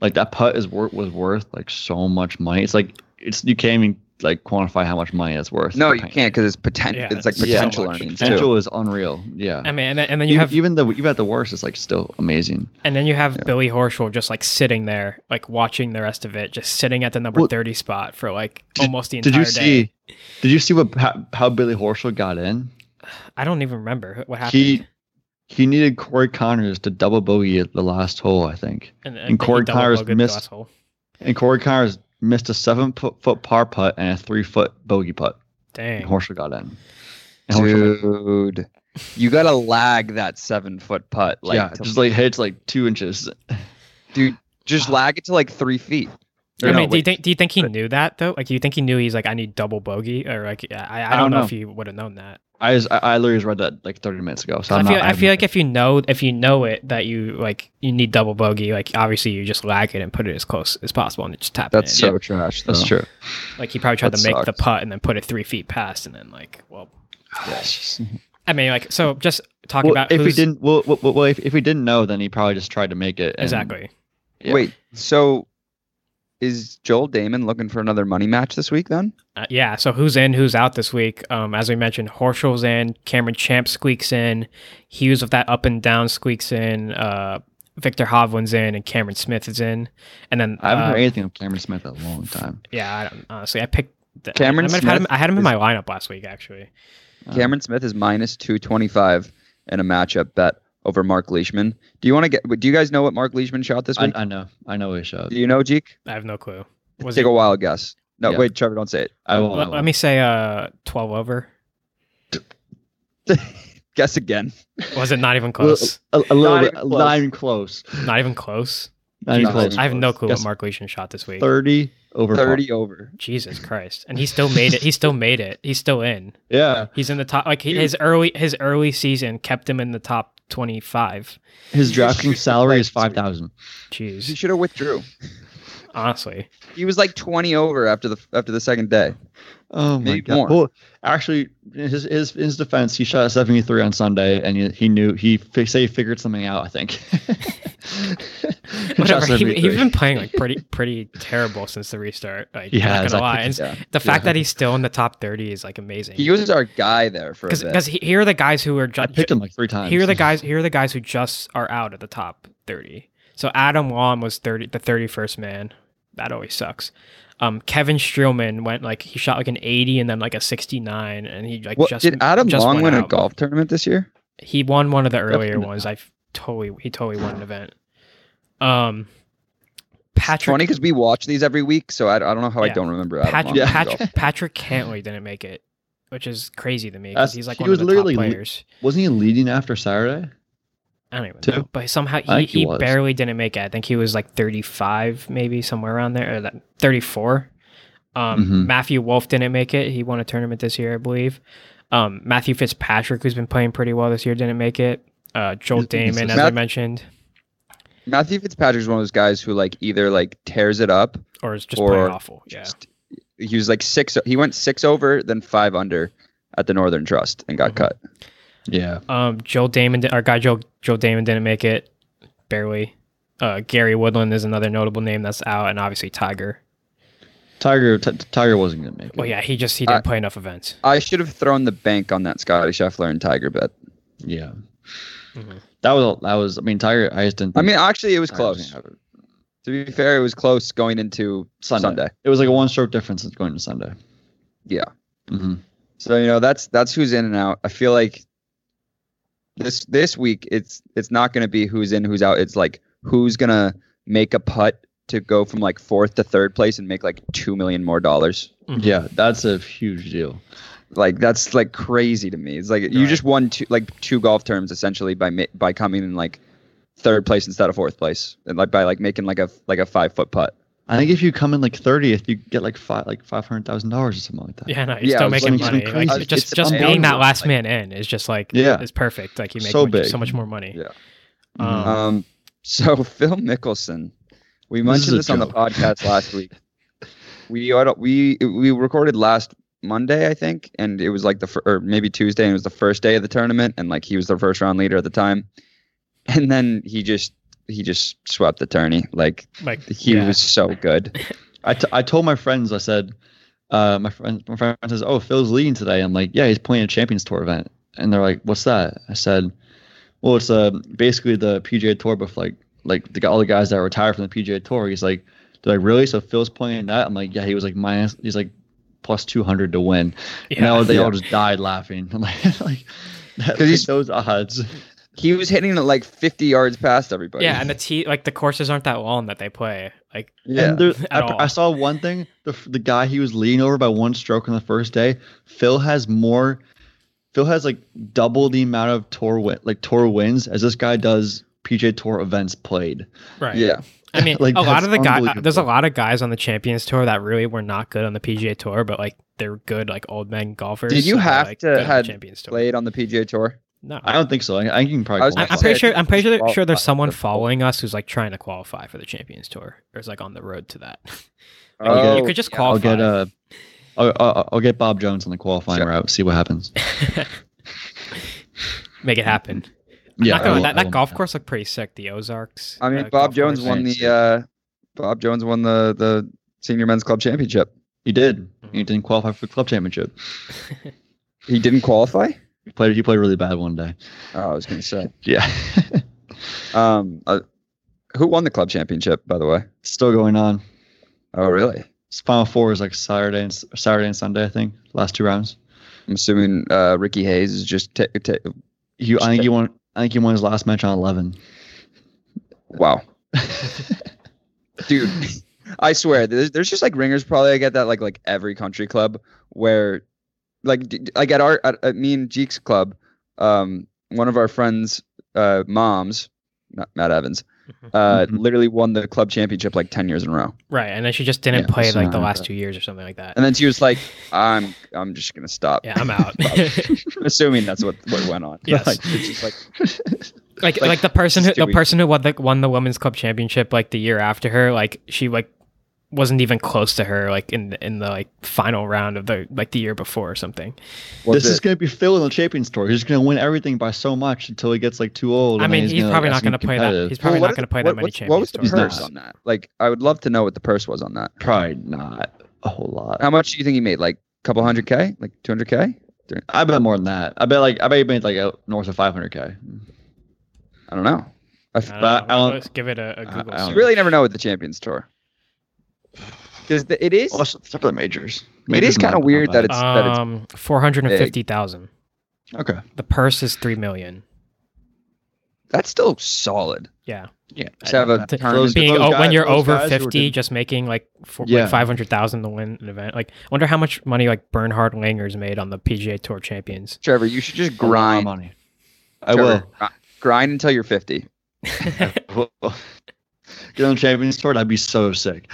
Speaker 2: like that putt is worth was worth like so much money. It's like it's you can't even like quantify how much money it's worth.
Speaker 1: No, you can't because it's potential.
Speaker 3: Yeah,
Speaker 1: it's like
Speaker 3: it's so
Speaker 1: potential
Speaker 3: much.
Speaker 1: earnings too.
Speaker 2: Potential is unreal. Yeah.
Speaker 3: I mean, and then, and then you
Speaker 2: even,
Speaker 3: have
Speaker 2: even though even at the worst, it's like still amazing.
Speaker 3: and then you have Billy Horschel just like sitting there, like watching the rest of it, just sitting at the number
Speaker 2: Well,
Speaker 3: thirty spot for like
Speaker 2: did-
Speaker 3: almost the entire
Speaker 2: did you
Speaker 3: day.
Speaker 2: see did you see what how, how billy horschel got in
Speaker 3: I don't even remember what happened.
Speaker 2: he he needed corey connors to double bogey at the last hole i think
Speaker 3: and,
Speaker 2: and Corey
Speaker 3: he double
Speaker 2: Connors
Speaker 3: bogeyed the
Speaker 2: missed-
Speaker 3: last hole.
Speaker 2: and corey connors missed a seven pu- foot par putt and a three foot bogey putt and
Speaker 3: Dang.
Speaker 2: horschel got in and Horschel,
Speaker 1: Dude, you gotta lag that seven foot putt. Like,
Speaker 2: yeah
Speaker 1: to-
Speaker 2: just like hits like two inches
Speaker 1: dude, just lag it to like three feet.
Speaker 3: I
Speaker 1: Or no,
Speaker 3: mean, do you
Speaker 1: wait.
Speaker 3: think do you think he knew that though? Like, do you think he knew he's like, I need double bogey, or like, I, I, don't,
Speaker 2: don't
Speaker 3: know,
Speaker 2: know.
Speaker 3: if he would have known that.
Speaker 2: i just, I, I literally just read that like 30 minutes ago so
Speaker 3: I
Speaker 2: I'm
Speaker 3: feel
Speaker 2: not,
Speaker 3: I feel like if you know if you know it that you like you need double bogey, like obviously you just lag it and put it as close as possible and just tap
Speaker 1: that's
Speaker 3: it.
Speaker 1: so trash.
Speaker 2: that's
Speaker 1: though.
Speaker 2: true
Speaker 3: in. Like he probably tried
Speaker 1: that
Speaker 3: to make the
Speaker 1: sucks.
Speaker 3: putt and then put it three feet past and then like, well,
Speaker 2: It's just-
Speaker 3: I mean, like so just talking
Speaker 2: well,
Speaker 3: about
Speaker 2: if we
Speaker 3: who's-
Speaker 2: didn't well, well, well if, if we didn't know then he probably just tried to make it and-
Speaker 3: exactly.
Speaker 2: yeah.
Speaker 1: Wait, so is Joel Damon looking for another money match this week? Then
Speaker 3: Uh, yeah, so who's in, who's out this week? Um, as we mentioned, Horschel's in, Cameron Champ squeaks in, Hughes with that up and down squeaks in, uh, Victor Hovland's in, and Cameron Smith is in. And then,
Speaker 2: i haven't
Speaker 3: uh,
Speaker 2: heard anything of cameron smith in a long time
Speaker 3: yeah, I don't, honestly, I picked the,
Speaker 1: Cameron
Speaker 3: I, might have had him,
Speaker 1: Smith
Speaker 3: I had him in
Speaker 1: is-
Speaker 3: my lineup last week, actually.
Speaker 2: Uh,
Speaker 1: Cameron Smith is minus two twenty five in a matchup bet over Mark Leishman. Do you want to get? Do you guys know what Mark Leishman shot this
Speaker 2: I,
Speaker 1: week?
Speaker 2: I know. I know he showed.
Speaker 1: do you know, Jeek?
Speaker 3: I have no clue. Was
Speaker 1: Take
Speaker 3: it,
Speaker 1: a wild guess. No,
Speaker 2: Yeah.
Speaker 1: wait, Trevor, don't say
Speaker 2: I won't.
Speaker 3: let, let me say uh, 12 over.
Speaker 1: it. guess again.
Speaker 3: Was it not even close?
Speaker 2: a, a little
Speaker 1: Not
Speaker 2: bit.
Speaker 1: even
Speaker 2: Not even close.
Speaker 3: not even close?
Speaker 2: Not even
Speaker 1: Jesus.
Speaker 2: close.
Speaker 3: I have no clue
Speaker 2: Guess
Speaker 3: what Mark Leishman shot this week.
Speaker 2: Thirty over par.
Speaker 1: Thirty over.
Speaker 3: Jesus Christ. And he still made it. He still made it. He's still in.
Speaker 2: Yeah,
Speaker 3: He's in the top. Like he,
Speaker 2: Dude.
Speaker 3: his early his early season kept him in the top twenty five.
Speaker 2: his
Speaker 1: You just shoot
Speaker 2: drafting
Speaker 1: the
Speaker 2: salary is
Speaker 1: lights.
Speaker 2: five thousand.
Speaker 1: He
Speaker 3: Jeez,
Speaker 1: should have withdrew.
Speaker 3: honestly,
Speaker 1: He was like twenty over after the after the second day.
Speaker 2: Oh my
Speaker 1: Maybe
Speaker 2: god.
Speaker 1: more.
Speaker 2: Well, actually, in his his in his defense, he shot seventy three on Sunday, and he, he knew he fi- say he figured something out. I think. He shot
Speaker 3: whatever. He,
Speaker 2: 73.
Speaker 3: he's been playing like pretty pretty terrible since the restart. Like,
Speaker 2: He
Speaker 3: not
Speaker 2: has,
Speaker 3: gonna
Speaker 2: I
Speaker 3: lie. And
Speaker 1: Yeah.
Speaker 3: the fact
Speaker 2: yeah.
Speaker 3: that he's still in the top thirty is like amazing.
Speaker 1: He was our guy there for a bit.
Speaker 3: because here are the guys who are ju-
Speaker 2: I picked him like three times.
Speaker 3: here are the guys here are the guys who just are out of the top thirty. So Adam Lawn was thirty the thirty first man. That always sucks. Um, Kevin Streelman went like he shot like an eighty and then like a sixty nine, and he like
Speaker 1: What-
Speaker 3: just
Speaker 1: did Adam
Speaker 3: just
Speaker 1: Long win
Speaker 3: went
Speaker 1: a
Speaker 3: out.
Speaker 1: golf tournament this year?
Speaker 3: He won one of the earlier
Speaker 2: Definitely.
Speaker 3: ones. I f- totally he totally won an event. Um, Patrick
Speaker 1: Funny because we watch these every week, so I, I don't know how
Speaker 3: Yeah.
Speaker 1: I don't remember Adam
Speaker 3: Patrick
Speaker 1: Long.
Speaker 2: Yeah.
Speaker 1: winning
Speaker 3: Patrick,
Speaker 1: golf.
Speaker 3: Patrick Cantley didn't make it, which is crazy to me because
Speaker 2: That's-
Speaker 3: he's like
Speaker 2: he
Speaker 3: one
Speaker 2: was
Speaker 3: of the top
Speaker 2: literally le-
Speaker 3: players.
Speaker 2: Wasn't he leading after Saturday?
Speaker 3: I don't even
Speaker 2: two.
Speaker 3: know, but somehow he,
Speaker 2: think he
Speaker 3: he,
Speaker 2: was.
Speaker 3: barely didn't make it. I think he was like thirty five, maybe somewhere around there, or that thirty four. Um,
Speaker 2: Mhm.
Speaker 3: Matthew Wolf didn't make it. He won a tournament this year, I believe. Um, Matthew Fitzpatrick, who's been playing pretty well this year, didn't make it. Uh, Joel
Speaker 2: Is- is
Speaker 3: Damon,
Speaker 2: this-
Speaker 3: as I
Speaker 1: Matt-
Speaker 3: mentioned,
Speaker 1: Matthew Fitzpatrick's one of those guys who like either like tears it up.
Speaker 3: or is just playing
Speaker 1: Or
Speaker 3: awful. Yeah.
Speaker 1: just- he was like six. He went six over, then five under at the Northern Trust and got
Speaker 3: Mhm.
Speaker 1: cut.
Speaker 2: Yeah.
Speaker 3: Um, Joel Damon, di- our guy Joel Joel Damon didn't make it, barely. Uh, Gary Woodland is another notable name that's out, and obviously Tiger.
Speaker 2: Tiger t- Tiger wasn't gonna make it.
Speaker 3: Well, yeah, he just he didn't
Speaker 1: Uh,
Speaker 3: play enough events.
Speaker 1: I should have thrown the bank on that Scotty Scheffler and Tiger bet.
Speaker 2: Yeah.
Speaker 3: Mhm.
Speaker 2: That was that was. I mean, Tiger. I just didn't.
Speaker 1: I
Speaker 2: think
Speaker 1: mean, actually, it was
Speaker 2: Tiger was
Speaker 1: close.
Speaker 2: gonna have it.
Speaker 1: To be fair, it was close going into
Speaker 2: Sunday.
Speaker 1: Sunday.
Speaker 2: It was like a one stroke difference since going to Sunday.
Speaker 1: Yeah.
Speaker 2: hmm
Speaker 1: So you know that's that's who's in and out. I feel like this this week it's it's not going to be who's in who's out. It's like who's gonna make a putt to go from like fourth to third place and make like two million more dollars.
Speaker 3: Mhm.
Speaker 2: Yeah, that's a huge deal.
Speaker 1: Like that's like crazy to me. It's like you
Speaker 2: Right.
Speaker 1: just won two like two golf terms essentially by ma- by coming in like third place instead of fourth place and like by like making like a like a five foot putt.
Speaker 2: I think if you come in like thirtieth, you get like five like five hundred thousand dollars or something like that.
Speaker 3: Yeah, no, you're
Speaker 1: Yeah,
Speaker 3: still
Speaker 1: it's
Speaker 3: making
Speaker 2: like-
Speaker 3: money.
Speaker 2: it's
Speaker 3: Like,
Speaker 2: crazy.
Speaker 3: just
Speaker 2: It's
Speaker 3: just being that
Speaker 2: unbelievable.
Speaker 3: last
Speaker 2: Like-
Speaker 3: man in is just like
Speaker 2: Yeah.
Speaker 3: is perfect. Like you make
Speaker 2: So
Speaker 3: so, much, so
Speaker 2: big.
Speaker 3: much more money.
Speaker 1: Yeah.
Speaker 3: Um,
Speaker 2: Mm-hmm.
Speaker 1: Um, so Phil Mickelson, we
Speaker 2: This is
Speaker 1: mentioned
Speaker 2: a
Speaker 1: this, on the
Speaker 2: joke.
Speaker 1: podcast last week. We oughta- we we recorded last Monday, I think, and it was like the fir- or maybe Tuesday, and it was the first day of the tournament, and like he was the first round leader at the time, and then he just he just swept the tourney. Like
Speaker 3: like
Speaker 1: he
Speaker 2: Yeah.
Speaker 1: was so good.
Speaker 2: I, t- I told my friends, I said, uh, my friend, my friend says, oh, Phil's leading today. I'm like, yeah, he's playing a Champions Tour event, and they're like, what's that? I said, well, it's uh, basically the PGA Tour, but for, like like the, gu- all the guys that retired from the PGA Tour. He's like, they're like, really? So Phil's playing that? I'm like, yeah, he was like minus, he's like plus two hundred to win. And
Speaker 3: yeah.
Speaker 2: now they
Speaker 1: Yeah.
Speaker 2: all just died laughing. I'm like, like. That,
Speaker 1: 'Cause he's-
Speaker 2: those odds.
Speaker 1: He was hitting it like 50 yards past everybody.
Speaker 3: yeah, and the tee like the courses aren't that long that they play. Like
Speaker 1: yeah.
Speaker 2: And there,
Speaker 3: At
Speaker 2: I,
Speaker 3: all.
Speaker 2: I saw one thing: the the guy he was leaning over by one stroke on the first day. Phil has more. Phil has like double the amount of tour win, like tour wins as this guy does PJ Tour events played.
Speaker 3: right.
Speaker 1: yeah.
Speaker 3: I mean,
Speaker 2: Like,
Speaker 3: a lot
Speaker 2: that's
Speaker 3: of the guys.
Speaker 2: unbelievable.
Speaker 3: There's a lot of guys on the Champions Tour that really were not good on the PGA Tour, but like they're good, like old men golfers.
Speaker 1: Did you
Speaker 3: so they're,
Speaker 1: have
Speaker 3: like,
Speaker 1: to
Speaker 3: good on the
Speaker 1: had
Speaker 3: Champions Tour?
Speaker 1: Played on the PGA Tour.
Speaker 3: No,
Speaker 2: I don't think so. I, I can probably.
Speaker 1: I was
Speaker 2: pull
Speaker 3: I-
Speaker 2: it
Speaker 3: I'm
Speaker 2: up.
Speaker 1: say, I
Speaker 3: pretty sure.
Speaker 1: think
Speaker 3: I'm pretty sure,
Speaker 1: qualify
Speaker 3: sure there's someone
Speaker 1: for the qual-
Speaker 3: following us who's like trying to qualify for the Champions Tour, or is like on the road to that. Like,
Speaker 2: I'll
Speaker 1: Oh.
Speaker 3: you
Speaker 2: get-
Speaker 3: could just
Speaker 1: yeah,
Speaker 2: Oh, I'll
Speaker 3: qualify.
Speaker 2: get uh, I'll, I'll, I'll get Bob Jones on the qualifying
Speaker 1: Sure.
Speaker 2: route. See what happens.
Speaker 3: Make it happen.
Speaker 2: Yeah,
Speaker 3: Not
Speaker 2: I
Speaker 3: gonna lie,
Speaker 2: will-
Speaker 3: that,
Speaker 2: I
Speaker 3: that
Speaker 2: will-
Speaker 3: golf course looked pretty sick. The Ozarks.
Speaker 1: I mean,
Speaker 3: uh,
Speaker 1: Bob
Speaker 3: golf
Speaker 1: Jones
Speaker 3: course.
Speaker 1: won the uh, Bob Jones won the the senior men's club championship.
Speaker 2: He did. He didn't qualify for the club championship.
Speaker 1: He didn't qualify.
Speaker 2: He played. He played really bad one day.
Speaker 1: Oh, I was gonna say.
Speaker 2: Yeah,
Speaker 1: Um, uh, who won the club championship, by the way?
Speaker 2: still going on.
Speaker 1: Oh, really?
Speaker 2: Final four is like Saturday and Saturday and Sunday, I think. Last two rounds.
Speaker 1: I'm assuming uh, Ricky Hayes is just ta ta
Speaker 2: You, I think you won. I think you won his last match on eleven.
Speaker 1: wow, dude. I swear, there's, there's just like ringers. Probably I get that like like every country club where, like d- like at our at, at me and Jeek's club, um, one of our friends' uh, moms, not Matt Evans, uh,
Speaker 2: Mhm.
Speaker 1: literally won the club championship like ten years in a row.
Speaker 3: Right, and then she just didn't
Speaker 1: Yeah,
Speaker 3: play
Speaker 1: something
Speaker 3: like the
Speaker 1: like
Speaker 3: last
Speaker 1: that.
Speaker 3: two years or something like that.
Speaker 1: And then she was like, "I'm I'm just gonna stop."
Speaker 3: Yeah, I'm out.
Speaker 1: assuming that's what what went on.
Speaker 3: Yes.
Speaker 1: Like, it's just like
Speaker 3: like,
Speaker 1: Like,
Speaker 3: like the person who the
Speaker 1: Stewie.
Speaker 3: person who won the won the women's club championship like the year after her like she like wasn't even close to her like in in the like final round of the like the year before or something.
Speaker 1: what's
Speaker 2: this is
Speaker 1: it?
Speaker 2: gonna be Phil in the Champions Tour. He's gonna win everything by so much until he gets like too old.
Speaker 3: I
Speaker 2: and
Speaker 3: mean,
Speaker 2: then
Speaker 3: he's,
Speaker 2: gonna,
Speaker 3: probably
Speaker 2: like,
Speaker 3: not
Speaker 2: actually
Speaker 3: going
Speaker 2: be
Speaker 3: to play that.
Speaker 2: competitive.
Speaker 3: He's probably
Speaker 1: Well, what
Speaker 3: not going
Speaker 1: are
Speaker 3: to play
Speaker 1: the-
Speaker 3: that
Speaker 1: what-
Speaker 3: many
Speaker 1: What was
Speaker 3: champions.
Speaker 1: the
Speaker 2: He's
Speaker 1: purse
Speaker 2: not.
Speaker 1: on that? Like, I would love to know what the purse was on that.
Speaker 2: Probably not a whole lot.
Speaker 1: How much do you think he made? Like a couple hundred k? Like two hundred k?
Speaker 2: I bet more than that. I bet like I bet he made like out north of five hundred k.
Speaker 1: I don't know. I f-
Speaker 3: I don't
Speaker 2: But
Speaker 3: know.
Speaker 2: I don't-
Speaker 3: Let's give it a, a
Speaker 2: I-
Speaker 3: Google.
Speaker 2: I don't
Speaker 1: you
Speaker 3: search.
Speaker 1: really never know with the Champions Tour because it is
Speaker 2: except for the majors.
Speaker 1: it is
Speaker 2: Majors
Speaker 1: kind
Speaker 2: not-
Speaker 1: of
Speaker 2: not
Speaker 1: weird that
Speaker 2: bad.
Speaker 1: it's that it's
Speaker 3: um, four hundred and fifty thousand.
Speaker 2: okay.
Speaker 3: The purse is three million.
Speaker 1: that's still solid.
Speaker 3: Yeah,
Speaker 2: Yeah,
Speaker 1: To have a
Speaker 3: To-
Speaker 1: tournament.
Speaker 3: being
Speaker 2: those
Speaker 3: oh, when
Speaker 2: guys-
Speaker 3: you're
Speaker 2: those
Speaker 3: over
Speaker 2: guys who were
Speaker 3: fifty,
Speaker 2: doing-
Speaker 3: just making like, four
Speaker 2: Yeah.
Speaker 3: five hundred thousand to win an event. Like, I wonder how much money like Bernhard Langer's made on the PGA Tour Champions.
Speaker 1: Trevor, you should just grind.
Speaker 2: money. I
Speaker 1: Trevor,
Speaker 2: will.
Speaker 1: gr- grind until you're fifty.
Speaker 2: Get on the Champions Tour. That'd be so sick.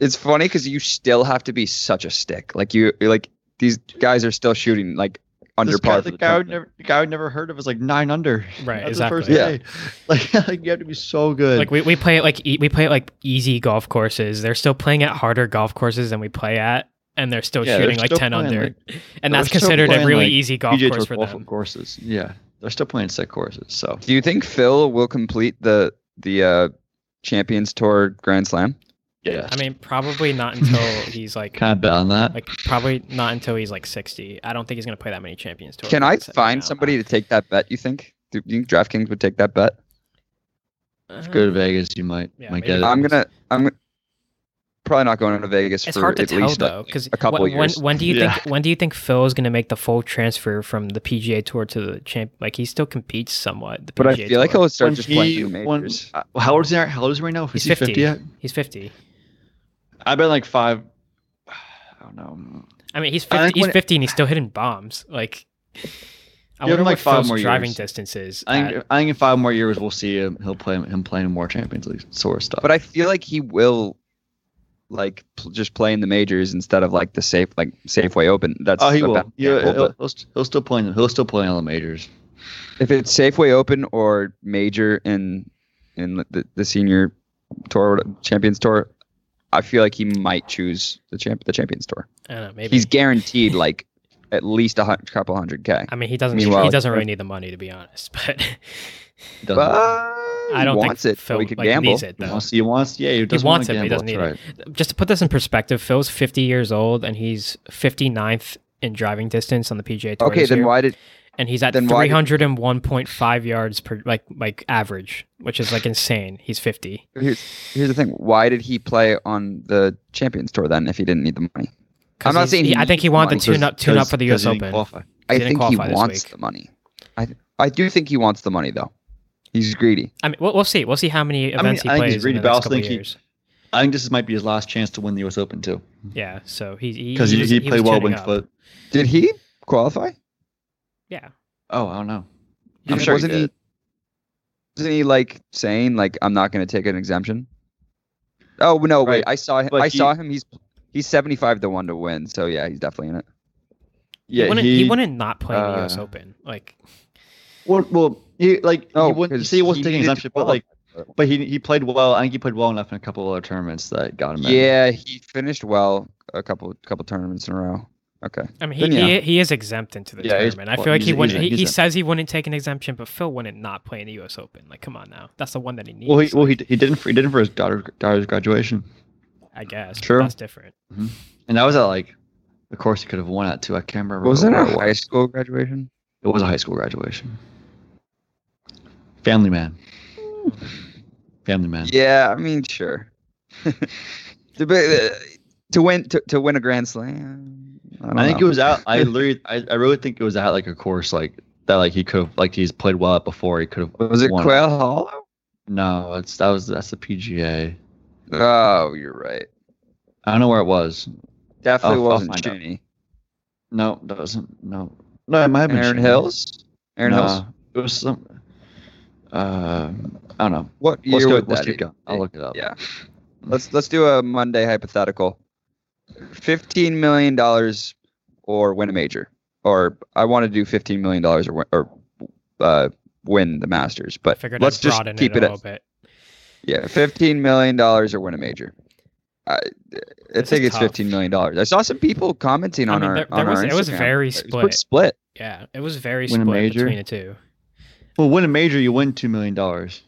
Speaker 1: It's funny because you still have to be such a stick. Like you, like these guys are still shooting like under
Speaker 2: this
Speaker 1: par. for
Speaker 2: Guy, the,
Speaker 1: the
Speaker 2: guy would
Speaker 1: tournament.
Speaker 2: never, the guy would never heard of is like nine under.
Speaker 3: Right,
Speaker 2: That's
Speaker 3: exactly.
Speaker 2: The first day. Like, like you have to be so good.
Speaker 3: Like we, we play at like e- we play at like easy golf courses. They're still playing at harder golf courses than we play at, and they're still
Speaker 2: Yeah, they're
Speaker 3: shooting
Speaker 2: still
Speaker 3: like ten
Speaker 2: playing,
Speaker 3: under,
Speaker 2: like-
Speaker 3: and
Speaker 2: they're
Speaker 3: that's
Speaker 2: still
Speaker 3: considered a
Speaker 2: playing,
Speaker 3: really
Speaker 2: like,
Speaker 3: easy golf
Speaker 2: PGA
Speaker 3: course
Speaker 2: Tour
Speaker 3: for
Speaker 2: golf
Speaker 3: them.
Speaker 2: courses. Yeah, they're still playing sick courses. So
Speaker 1: Do you think Phil will complete the the uh, Champions Tour Grand Slam?
Speaker 2: yeah,
Speaker 3: I mean, probably not until he's like
Speaker 2: kind of bet on that.
Speaker 3: like probably not until he's like sixty. I don't think he's gonna play that many Champions Tour.
Speaker 1: Can I
Speaker 3: events
Speaker 1: find
Speaker 3: now.
Speaker 1: somebody to take that bet? You think? Do you think DraftKings would take that bet?
Speaker 3: Uh,
Speaker 2: Go to Vegas, you might
Speaker 3: Yeah,
Speaker 2: might get
Speaker 3: maybe.
Speaker 2: it.
Speaker 1: I'm gonna. I'm. gonna- probably not going to Vegas
Speaker 3: It's
Speaker 1: for
Speaker 3: hard to
Speaker 1: at
Speaker 3: tell
Speaker 1: least like,
Speaker 3: though, because
Speaker 1: a couple
Speaker 3: when,
Speaker 1: of years.
Speaker 3: when when do you
Speaker 2: Yeah.
Speaker 3: think when do you think Phil is going to make the full transfer from the PGA Tour to the champ? Like he still competes somewhat. The PGA
Speaker 1: but I feel like
Speaker 3: Tour.
Speaker 1: he'll start
Speaker 2: When
Speaker 1: just
Speaker 2: he-
Speaker 1: playing
Speaker 2: when-
Speaker 1: majors.
Speaker 2: uh, how old is he? How old is he right now? Is
Speaker 3: he's
Speaker 2: he 50?
Speaker 3: fifty.
Speaker 2: yet?
Speaker 3: He's fifty.
Speaker 2: I bet like five. I don't know.
Speaker 3: I mean, he's
Speaker 2: I think
Speaker 3: fifty. He's
Speaker 2: when-
Speaker 3: fifty, and he's still hitting bombs. Like, I
Speaker 2: Give him,
Speaker 3: wonder
Speaker 2: like,
Speaker 3: what
Speaker 2: five
Speaker 3: Phil's
Speaker 2: more
Speaker 3: driving
Speaker 2: years.
Speaker 3: distance is.
Speaker 2: I
Speaker 3: at-
Speaker 2: think, I think in five more years we'll see him. He'll play him playing more Champions League sort of stuff.
Speaker 1: But I feel like he will, like pl- just play in the majors instead of like the safe like Safeway Open. That's
Speaker 2: oh, he
Speaker 1: the
Speaker 2: will.
Speaker 1: best
Speaker 2: Yeah,
Speaker 1: example,
Speaker 2: he'll,
Speaker 1: but
Speaker 2: he'll, st- he'll still play. in- He'll still play in all the majors.
Speaker 1: if it's Safeway Open or major in in the, the senior tour Champions Tour, I feel like he might choose the champ the Champions Tour.
Speaker 3: I don't know. Maybe
Speaker 1: He's guaranteed like at least a hun- couple hundred k.
Speaker 3: I mean, he doesn't.
Speaker 1: Meanwhile,
Speaker 3: he doesn't
Speaker 1: like-
Speaker 3: really need the money, to be honest.
Speaker 2: He
Speaker 3: But
Speaker 2: doesn't-
Speaker 1: But
Speaker 3: I don't
Speaker 1: he
Speaker 3: think
Speaker 1: wants it.
Speaker 3: Phil
Speaker 1: so he could
Speaker 3: like,
Speaker 1: gamble.
Speaker 3: needs it
Speaker 2: he
Speaker 3: though.
Speaker 2: wants, he wants. Yeah, he, doesn't
Speaker 3: wants
Speaker 2: wanna
Speaker 3: it, but he
Speaker 2: gamble,
Speaker 3: doesn't
Speaker 2: that's
Speaker 3: Just to put this in perspective, Phil's fifty years old, and he's 59th in driving distance on the PGA Tour.
Speaker 1: Okay,
Speaker 3: this
Speaker 1: then
Speaker 3: year,
Speaker 1: why did
Speaker 3: and he's at
Speaker 1: then why
Speaker 3: three
Speaker 1: did-
Speaker 3: hundred and one point five yards per like like average, which is like insane. He's fifty.
Speaker 1: here's, here's the thing? Why did he play on the Champions Tour then if he didn't need the money?
Speaker 3: 'Cause
Speaker 1: I'm not
Speaker 3: he's-
Speaker 1: saying
Speaker 3: he-
Speaker 1: he
Speaker 3: I think he
Speaker 1: needs
Speaker 3: wanted
Speaker 1: money.
Speaker 3: to tune up tune up for the
Speaker 2: Because
Speaker 3: U.S.
Speaker 2: he didn't
Speaker 3: Open.
Speaker 2: qualify.
Speaker 1: I
Speaker 3: didn't
Speaker 1: think he
Speaker 3: qualify this
Speaker 1: wants
Speaker 3: week.
Speaker 1: the money. I I do think he wants the money though. He's greedy.
Speaker 3: I mean, we'll, we'll see. We'll see how many
Speaker 2: mean, I
Speaker 3: events he
Speaker 2: think
Speaker 3: plays
Speaker 2: he's really
Speaker 3: in the
Speaker 2: balanced.
Speaker 3: next
Speaker 2: I
Speaker 3: couple
Speaker 2: think he-
Speaker 3: years.
Speaker 2: I think this might be his last chance to win the U.S. Open too,
Speaker 3: Yeah, so he he,
Speaker 2: because he,
Speaker 3: was-
Speaker 2: he,
Speaker 3: was
Speaker 2: played well
Speaker 3: tuning
Speaker 2: wing
Speaker 3: up.
Speaker 2: foot.
Speaker 1: Did he qualify?
Speaker 3: Yeah,
Speaker 2: Oh, I don't know.
Speaker 3: I'm
Speaker 1: Did-
Speaker 3: sure he
Speaker 1: wasn't
Speaker 2: did.
Speaker 1: Wasn't he like saying like I'm not going to take an exemption? Oh no!
Speaker 2: Right.
Speaker 1: Wait, I saw him.
Speaker 2: But
Speaker 1: I
Speaker 2: he-
Speaker 1: saw him. He's he's 75 to one to win. So yeah, he's definitely in it.
Speaker 3: he
Speaker 2: Yeah,
Speaker 3: wouldn't he, wouldn't not play in the U.S.
Speaker 2: uh,
Speaker 3: Open. Like
Speaker 2: Well, well he, like
Speaker 1: No,
Speaker 2: he wouldn't. You
Speaker 1: 'cause
Speaker 2: say Oh, he wasn't
Speaker 1: he
Speaker 2: taking
Speaker 1: needed to
Speaker 2: exemption, but like, but he he played well. I think he played well enough in a couple other tournaments that got him. in.
Speaker 1: Yeah, he finished well a couple couple tournaments in a row. Okay.
Speaker 3: I mean,
Speaker 1: Then,
Speaker 3: he, he, he is exempt into the
Speaker 2: Yeah, he's-
Speaker 3: tournament. I
Speaker 2: well,
Speaker 3: feel like he
Speaker 2: he's-
Speaker 3: wouldn't.
Speaker 2: he's-
Speaker 3: He, he
Speaker 2: he's a-
Speaker 3: says he wouldn't take an exemption, but Phil wouldn't not play in the U.S. Open. Like, come on now, that's the one that he needs.
Speaker 2: Well, he well he, he didn't for, he didn't for his daughter, daughter's graduation,
Speaker 3: I guess. but
Speaker 1: True.
Speaker 3: That's different.
Speaker 2: and that was at like, of course he could have won at too. I can't remember.
Speaker 1: Was that
Speaker 2: where
Speaker 1: a
Speaker 2: it was.
Speaker 1: high school graduation?
Speaker 2: It was a high school graduation. Family man. Family man.
Speaker 1: Yeah, I mean, sure. to, be, uh, to win to, to win a Grand Slam. I, don't
Speaker 2: I think
Speaker 1: know.
Speaker 2: it was out. I literally, I, I really think it was out like a course like that. Like he could have, like he's played well at before. He could have.
Speaker 1: was it
Speaker 2: won.
Speaker 1: Quail Hollow?
Speaker 2: No, it's that was that's the PGA.
Speaker 1: Oh, you're right.
Speaker 2: I don't know where it was.
Speaker 1: Definitely
Speaker 2: I'll- I'll
Speaker 1: wasn't
Speaker 2: find out.
Speaker 1: Cheney.
Speaker 2: No, that wasn't. No, no, it might have been
Speaker 1: Aaron
Speaker 2: Shanghai.
Speaker 1: Hills. Aaron
Speaker 2: No,
Speaker 1: Hills.
Speaker 2: It was some. Uh, I don't know.
Speaker 1: What year
Speaker 2: Let's go.
Speaker 1: would
Speaker 2: Let's
Speaker 1: that
Speaker 2: keep
Speaker 1: be?
Speaker 2: going. I'll look it up.
Speaker 1: Yeah. Let's let's do a Monday hypothetical. Fifteen million dollars or win a major, or I want to do fifteen million dollars or win, or uh, win the Masters. But
Speaker 3: Figured
Speaker 1: let's
Speaker 3: I'd
Speaker 1: just
Speaker 3: broaden
Speaker 1: keep
Speaker 3: it a
Speaker 1: it
Speaker 3: little
Speaker 1: at
Speaker 3: bit.
Speaker 1: yeah, fifteen million dollars or win a major. I, I
Speaker 3: This
Speaker 1: think
Speaker 3: is
Speaker 1: it's
Speaker 3: tough.
Speaker 1: fifteen million dollars. I saw some people commenting
Speaker 3: I
Speaker 1: on
Speaker 3: mean,
Speaker 1: our
Speaker 3: there,
Speaker 1: on
Speaker 3: there was
Speaker 1: our
Speaker 3: it was
Speaker 1: Instagram.
Speaker 3: very
Speaker 1: It was pretty
Speaker 3: split.
Speaker 1: split.
Speaker 3: Yeah, it was very
Speaker 2: Win a
Speaker 3: split
Speaker 2: major.
Speaker 3: between the two.
Speaker 2: Well, win a major, you win two million dollars,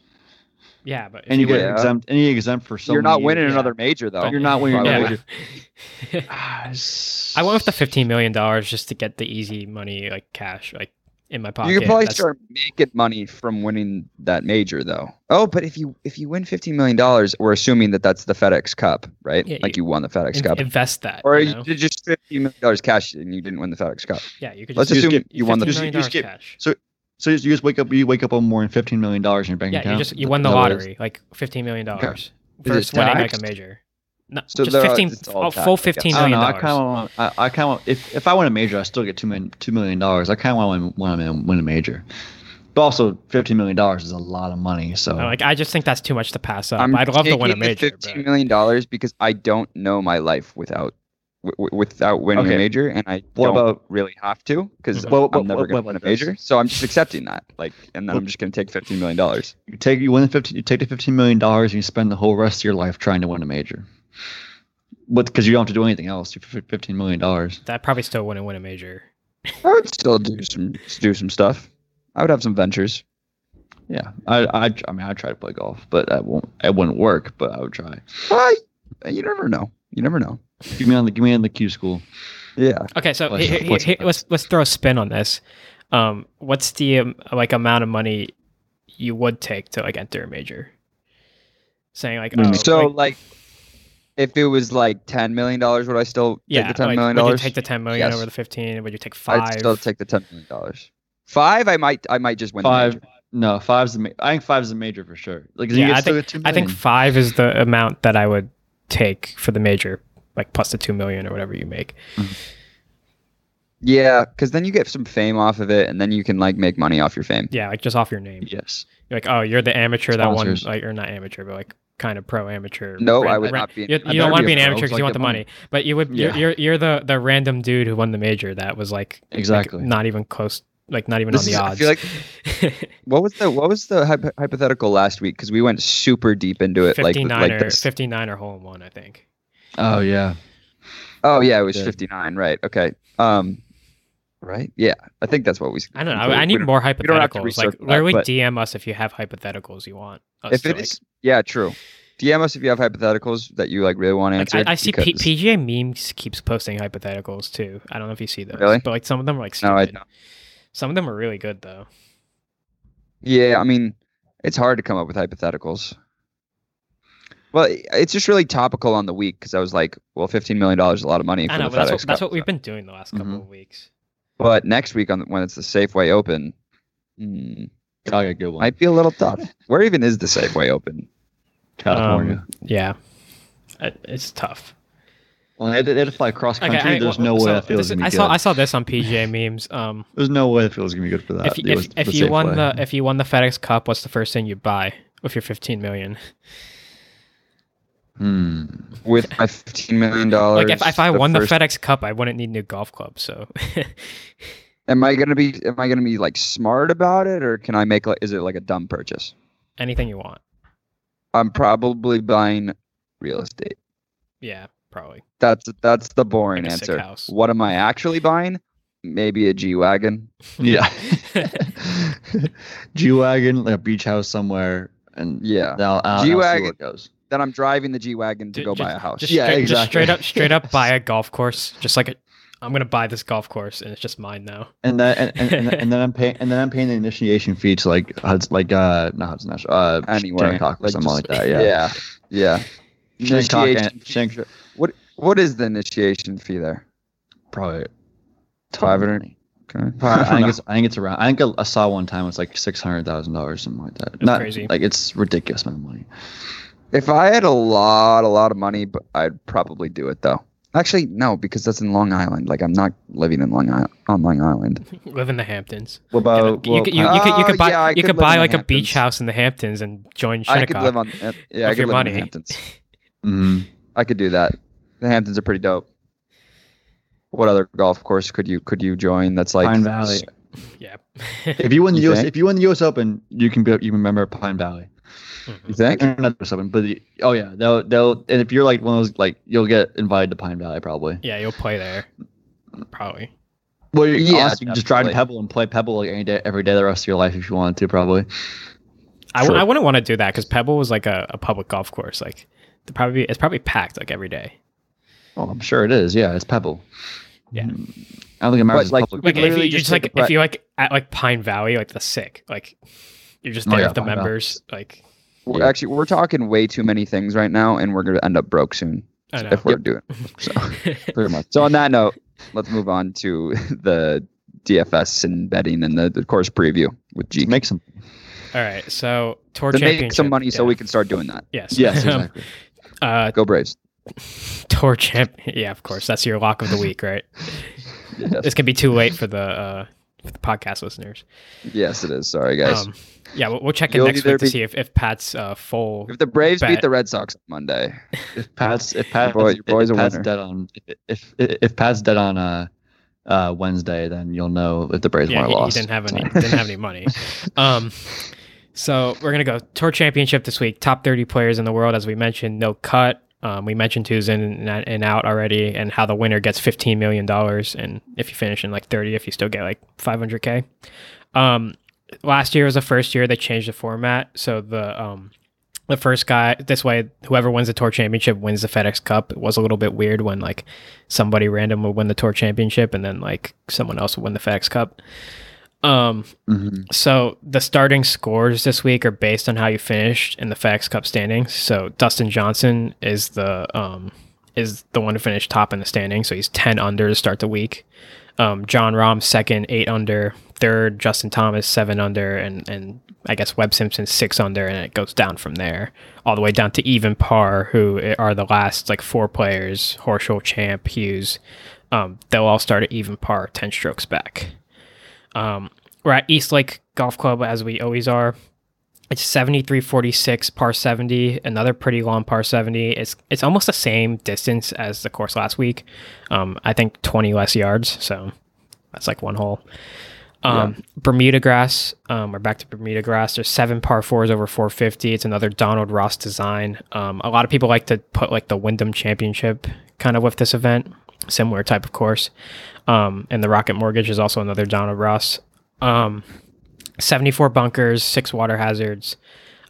Speaker 3: Yeah, but if
Speaker 2: and you get
Speaker 1: Yeah.
Speaker 2: exempt. And you exempt for so
Speaker 1: You're not
Speaker 2: many
Speaker 1: winning
Speaker 2: years.
Speaker 3: yeah.
Speaker 1: another major though.
Speaker 3: But-
Speaker 2: You're not winning
Speaker 1: Probably.
Speaker 2: another
Speaker 1: Yeah.
Speaker 2: major.
Speaker 3: yeah.
Speaker 2: Ah,
Speaker 3: I went with the fifteen million dollars just to get the easy money, like cash, like in my pocket.
Speaker 1: You could probably
Speaker 3: That's-
Speaker 1: start making money from winning that major, though. Oh, but if you if you win fifteen million dollars, we're assuming that that's the FedEx Cup, right?
Speaker 3: Yeah,
Speaker 1: like you, won the FedEx
Speaker 3: in-
Speaker 1: Cup,
Speaker 3: invest that.
Speaker 1: or
Speaker 3: you
Speaker 1: you
Speaker 3: know?
Speaker 1: did just fifteen million dollars cash and you didn't win the FedEx Cup.
Speaker 3: yeah, you could
Speaker 1: Let's
Speaker 3: just
Speaker 2: just
Speaker 1: assume
Speaker 2: get-
Speaker 1: you won the.
Speaker 2: just-
Speaker 3: $15 million
Speaker 2: just get-
Speaker 3: cash.
Speaker 2: So you just, you just wake up. You wake up on more than fifteen million dollars in your bank
Speaker 3: Yeah,
Speaker 2: account.
Speaker 3: you just you
Speaker 2: Is
Speaker 3: won the
Speaker 2: that what it is?
Speaker 3: lottery, like fifteen million dollars.
Speaker 1: it
Speaker 3: Versus winning like a
Speaker 1: taxed?
Speaker 3: major. No,
Speaker 1: So
Speaker 3: just
Speaker 1: there are-
Speaker 3: fifteen
Speaker 1: it's all
Speaker 3: a
Speaker 1: taxed, I
Speaker 3: full
Speaker 1: guess.
Speaker 3: fifteen
Speaker 2: I don't
Speaker 3: million
Speaker 2: know. I kind
Speaker 3: dollars.
Speaker 2: of want. I, I kind of if if I win a major, I still get two million two million dollars. I kind of want to win, win, win a major, but also fifteen million dollars is a lot of money. So
Speaker 3: Like I just think that's too much to pass up.
Speaker 1: I'm
Speaker 3: Uh, I'd love to win a
Speaker 1: taking the
Speaker 3: major. but-
Speaker 1: Fifteen million dollars because I don't know my life without w- w- without winning
Speaker 2: Okay.
Speaker 1: a major, and I
Speaker 2: What
Speaker 1: don't
Speaker 2: about-
Speaker 1: really have to because
Speaker 3: Mhm.
Speaker 2: What- what-
Speaker 1: I'm never
Speaker 2: what-
Speaker 1: going
Speaker 2: what
Speaker 1: to win a
Speaker 2: about this?
Speaker 1: major. So I'm just accepting that, like, and then
Speaker 2: What-
Speaker 1: I'm just going to take fifteen million dollars.
Speaker 2: you take you win the fifteen. You take the fifteen million dollars and you spend the whole rest of your life trying to win a major. But because you don't have to do anything else, you have fifteen million dollars.
Speaker 3: That probably still wouldn't win a major.
Speaker 1: I would still do some do some stuff. I would have some ventures.
Speaker 2: Yeah, I, I I mean I try to play golf, but that won't it wouldn't work. But I would try.
Speaker 1: I, you never know. You never know.
Speaker 2: Give me on the give me on the Q school.
Speaker 1: Yeah.
Speaker 3: Okay, so
Speaker 2: Well,
Speaker 3: he-
Speaker 2: yeah,
Speaker 3: he-
Speaker 2: what's-
Speaker 3: he- let's let's throw a spin on this. Um, what's the um, like amount of money you would take to like enter a major? Saying like,
Speaker 1: Hmm.
Speaker 2: Mm.
Speaker 3: oh,
Speaker 1: so
Speaker 3: like,
Speaker 1: like, If it was like ten million dollars, would I still
Speaker 3: yeah,
Speaker 1: take the ten
Speaker 3: like,
Speaker 1: million
Speaker 3: would you
Speaker 1: dollars?
Speaker 3: take the ten million
Speaker 1: Yes.
Speaker 3: over the fifteen? Would you take 5
Speaker 1: I'd still take the ten million dollars. Five, I might, I might just win. the
Speaker 2: Five.
Speaker 1: major.
Speaker 2: No, five's the. Ma- I think five's the major for sure. Like,
Speaker 3: Yeah,
Speaker 2: you
Speaker 3: I
Speaker 2: get still get two
Speaker 3: I think
Speaker 2: million.
Speaker 3: five is the amount that I would take for the major, like plus the two million or whatever you make.
Speaker 1: Yeah, because then you get some fame off of it, and then you can like make money off your fame.
Speaker 3: Yeah, like just off your name.
Speaker 2: Yes.
Speaker 3: You're like, oh, you're the amateur
Speaker 2: Sponsors.
Speaker 3: that won, like, or not amateur, but like kind of pro amateur.
Speaker 1: No,
Speaker 3: ran-
Speaker 1: I would
Speaker 3: ran-
Speaker 1: not be.
Speaker 3: You,
Speaker 1: I'd
Speaker 3: you don't
Speaker 1: never
Speaker 3: want to be
Speaker 1: a
Speaker 3: an
Speaker 1: pro,
Speaker 3: amateur
Speaker 1: so
Speaker 3: because
Speaker 1: I
Speaker 3: you want
Speaker 1: get
Speaker 3: the money, but you would. You're,
Speaker 2: Yeah.
Speaker 3: you're you're the the random dude who won the major that was like like,
Speaker 2: Exactly.
Speaker 3: not even close, like not even
Speaker 1: This
Speaker 3: on the
Speaker 1: is- I
Speaker 3: odds.
Speaker 1: feel like what was the what was the hypo- hypothetical last week? Because we went super deep into it, like
Speaker 3: fifty
Speaker 1: with,
Speaker 3: nine
Speaker 1: like
Speaker 3: or
Speaker 1: this.
Speaker 3: fifty nine or hole in one, I think.
Speaker 2: Oh yeah.
Speaker 1: Oh yeah, it was
Speaker 2: Yeah.
Speaker 1: 59, right. Okay. Um right? Yeah. I think that's what we
Speaker 3: I don't know.
Speaker 1: we-
Speaker 3: I, I
Speaker 1: we
Speaker 3: need more
Speaker 1: don't have to
Speaker 3: hypotheticals. Like,
Speaker 1: recircle that,
Speaker 3: literally
Speaker 1: but-
Speaker 3: DM us if you have hypotheticals you want. Us
Speaker 1: If
Speaker 3: to,
Speaker 1: it
Speaker 3: like-
Speaker 1: is yeah, true. DM us if you have hypotheticals that you like really want
Speaker 3: Like,
Speaker 1: answered.
Speaker 3: I, I see P-
Speaker 1: because-
Speaker 3: PGA memes keeps posting hypotheticals too. I don't know if you see those,
Speaker 1: Really?
Speaker 3: but like some of them are like stupid.
Speaker 1: No, I don't.
Speaker 3: Some of them are really good though.
Speaker 1: Yeah, I mean, it's hard to come up with hypotheticals. Well, it's just really topical on the week because I was like, well, fifteen million dollars is a lot of money. For
Speaker 3: I know,
Speaker 1: the
Speaker 3: but that's
Speaker 1: FedEx
Speaker 3: what, that's
Speaker 1: Cup,
Speaker 3: what we've
Speaker 1: so-
Speaker 3: been doing the last
Speaker 2: Mm-hmm.
Speaker 3: couple of weeks.
Speaker 1: But next week on the, when it's the Safeway Open, hmm,
Speaker 2: I got a good one.
Speaker 1: might be a little tough. Where even is the Safeway Open?
Speaker 2: California.
Speaker 3: Um, yeah, I- it's tough.
Speaker 2: well, they had, to, they had to fly cross
Speaker 3: Okay,
Speaker 2: country.
Speaker 3: I-
Speaker 2: There's
Speaker 3: well,
Speaker 2: no way
Speaker 3: so
Speaker 2: that feels
Speaker 3: this is-
Speaker 2: gonna be
Speaker 3: I
Speaker 2: good.
Speaker 3: saw I saw this on PGA memes. Um,
Speaker 2: There's no way that feels gonna be good for that.
Speaker 3: if
Speaker 2: It
Speaker 3: you- if,
Speaker 2: was
Speaker 3: if
Speaker 2: the
Speaker 3: you
Speaker 2: safe
Speaker 3: won
Speaker 2: way.
Speaker 3: the if you won the FedEx Cup, what's the first thing you buy with your fifteen million?
Speaker 2: Hmm.
Speaker 1: With my fifteen million dollars,
Speaker 3: Like if, if I won the
Speaker 1: first
Speaker 3: FedEx Cup, I wouldn't need new golf clubs. So
Speaker 1: Am I gonna be am I gonna be like smart about it or can I make like is it like a dumb purchase?
Speaker 3: anything you want,
Speaker 1: I'm probably buying real estate.
Speaker 3: yeah, probably.
Speaker 1: That's that's the boring
Speaker 3: Like a sick
Speaker 1: answer.
Speaker 3: house.
Speaker 1: What am I actually buying? Maybe a G Wagon.
Speaker 2: Yeah. G wagon, like a beach house somewhere, and
Speaker 1: Yeah.
Speaker 2: I'll- I'll- I'll see
Speaker 1: G-Wagon.
Speaker 2: where it goes.
Speaker 1: Then I'm driving the G Wagon to
Speaker 3: Ju-
Speaker 1: go
Speaker 3: ju-
Speaker 1: buy a house.
Speaker 3: Just,
Speaker 2: Oh, Yeah,
Speaker 3: straight, just
Speaker 2: exactly.
Speaker 3: straight up, straight up buy a golf course. Just like a, I'm gonna buy this golf course and it's just mine now.
Speaker 2: And then and, and, and, and then I'm paying and then I'm paying the initiation fee to like Hudson, like uh not Hudson National uh
Speaker 1: Anywhere.
Speaker 2: Shinnecock or
Speaker 1: Like,
Speaker 2: something
Speaker 1: just-
Speaker 2: like that. Yeah.
Speaker 1: Yeah. Yeah.
Speaker 2: Shinnecock
Speaker 1: Initiation
Speaker 2: and- Shin-
Speaker 1: What what is the initiation fee there?
Speaker 2: probably
Speaker 1: Five hundred. Okay.
Speaker 2: I
Speaker 1: I don't
Speaker 2: think
Speaker 1: know.
Speaker 2: it's I think it's around. I think I- I saw one time it's like six hundred thousand dollars, something like that.
Speaker 3: That's
Speaker 2: Not
Speaker 3: crazy.
Speaker 2: like it's ridiculous amount of money.
Speaker 1: If I had a lot, a lot of money, but I'd probably do it though. Actually, no, because that's in Long Island. Like I'm not living in Long Island. On Long Island.
Speaker 3: Live in the Hamptons.
Speaker 2: What
Speaker 3: You
Speaker 2: about
Speaker 3: could- you, could, you, you could
Speaker 1: Oh,
Speaker 3: you could buy
Speaker 1: yeah, I
Speaker 3: you
Speaker 1: could
Speaker 3: could
Speaker 1: live in
Speaker 3: buy
Speaker 1: the
Speaker 3: like a beach
Speaker 1: Hamptons.
Speaker 3: house in the Hamptons and join
Speaker 1: I could live
Speaker 3: Shinnecock.
Speaker 1: on. uh, Yeah, I
Speaker 3: With
Speaker 1: could live
Speaker 3: your
Speaker 1: in
Speaker 3: money.
Speaker 1: the Hamptons.
Speaker 2: hmm
Speaker 1: I could do that. The Hamptons are pretty dope. What other golf course could you could you join? That's like
Speaker 2: Pine Valley?
Speaker 3: Yeah,
Speaker 2: If you win the
Speaker 1: You
Speaker 2: US,
Speaker 1: think?
Speaker 2: if you win the US Open, you can be you can remember Pine Valley.
Speaker 1: You think?
Speaker 2: Or Not the US Open, but the, oh yeah, they'll they'll and if you're like one of those like you'll get invited to Pine Valley probably.
Speaker 3: yeah, you'll play there. Probably.
Speaker 2: Well, you-
Speaker 1: Yeah,
Speaker 2: honestly, you can just drive to
Speaker 1: definitely.
Speaker 2: Pebble and play Pebble like any day, every day the rest of your life if you wanted to probably.
Speaker 3: I, w-
Speaker 2: Sure.
Speaker 3: I wouldn't want to do that because Pebble was like a, a public golf course. Like, it'd probably it's probably packed like every day.
Speaker 2: Oh, I'm sure it is. Yeah, it's Pebble.
Speaker 3: Yeah.
Speaker 2: Mm. I don't think America's
Speaker 1: But, like,
Speaker 2: public.
Speaker 1: We
Speaker 3: Like, if you,
Speaker 1: literally
Speaker 3: you're
Speaker 1: just
Speaker 3: just
Speaker 1: take
Speaker 3: like
Speaker 1: a pla-
Speaker 3: if you like at like Pine Valley, like the sick, like you're just
Speaker 2: Oh,
Speaker 3: there
Speaker 2: yeah,
Speaker 3: with the
Speaker 2: Pine Valley.
Speaker 3: members. Like,
Speaker 1: We're
Speaker 2: Yeah.
Speaker 1: Actually, we're talking way too many things right now, and we're gonna end up broke soon
Speaker 3: I know.
Speaker 1: if we're doing.
Speaker 2: pretty much.
Speaker 1: So on that note, let's move on to the DFS and betting and the, the course preview with G.
Speaker 2: Make some.
Speaker 3: All right, so tour
Speaker 1: To
Speaker 3: championship.
Speaker 1: make some money so
Speaker 3: yeah.
Speaker 1: we can start doing that.
Speaker 3: Yes.
Speaker 2: Yes,
Speaker 3: Um,
Speaker 2: exactly.
Speaker 3: uh,
Speaker 1: Go Braves.
Speaker 3: tour champ. Yeah, of course. That's your lock of the week, right?
Speaker 1: Yes,
Speaker 3: This could be too late for the uh, for the podcast listeners.
Speaker 1: yes it is. Sorry, guys.
Speaker 3: Um, yeah, we'll, we'll check in
Speaker 1: You'll
Speaker 3: next
Speaker 1: either
Speaker 3: week to
Speaker 1: be-
Speaker 3: see if, if Pat's uh, full.
Speaker 1: if the Braves beat
Speaker 3: bet.
Speaker 1: the Red Sox on Monday,
Speaker 2: If Pat's if Pat's,
Speaker 1: boy- your boy's
Speaker 2: if
Speaker 1: a
Speaker 2: Pat's
Speaker 1: winner.
Speaker 2: dead on if if, if Pat's dead on uh, uh Wednesday, then you'll know if the Braves
Speaker 3: Yeah,
Speaker 2: won
Speaker 3: he,
Speaker 2: or
Speaker 3: he
Speaker 2: lost.
Speaker 3: didn't have any didn't have any money. Um, so we're gonna go tour championship this week. Top thirty players in the world, as we mentioned, no cut. Um, we mentioned who's in and out already, and how the winner gets fifteen million dollars, and if you finish in like thirty, if you still get like five hundred k. Um, last year was the first year they changed the format, so the um, the first guy this way, whoever wins the tour championship wins the FedEx Cup. It was a little bit weird when like somebody random would win the tour championship, and then like someone else would win the FedEx Cup. Um,
Speaker 2: Mm-hmm.
Speaker 3: so the starting scores this week are based on how you finished in the FedEx Cup standings. So Dustin Johnson is the um, is the one to finish top in the standings. So he's ten under to start the week. Um, John Rahm second, eight under. Third, Justin Thomas seven under, and and I guess Webb Simpson six under, and it goes down from there all the way down to even par, who are the last like four players: Horschel, Champ, Hughes. Um, they'll all start at even par, ten strokes back. Um, we're at East Lake Golf Club as we always are. It's 7346 par 70, another pretty long par 70. It's it's almost the same distance as the course last week. Um, I think 20 less yards, so that's like one hole. Um, Bermuda grass. Um, we're back to Bermuda grass. There's seven par fours over 450. It's another Donald Ross design. Um, a lot of people like to put like the Wyndham Championship kind of with this event, similar type of course. Um, and the Rocket Mortgage is also another Donald Ross. Um, 74 bunkers, six water hazards.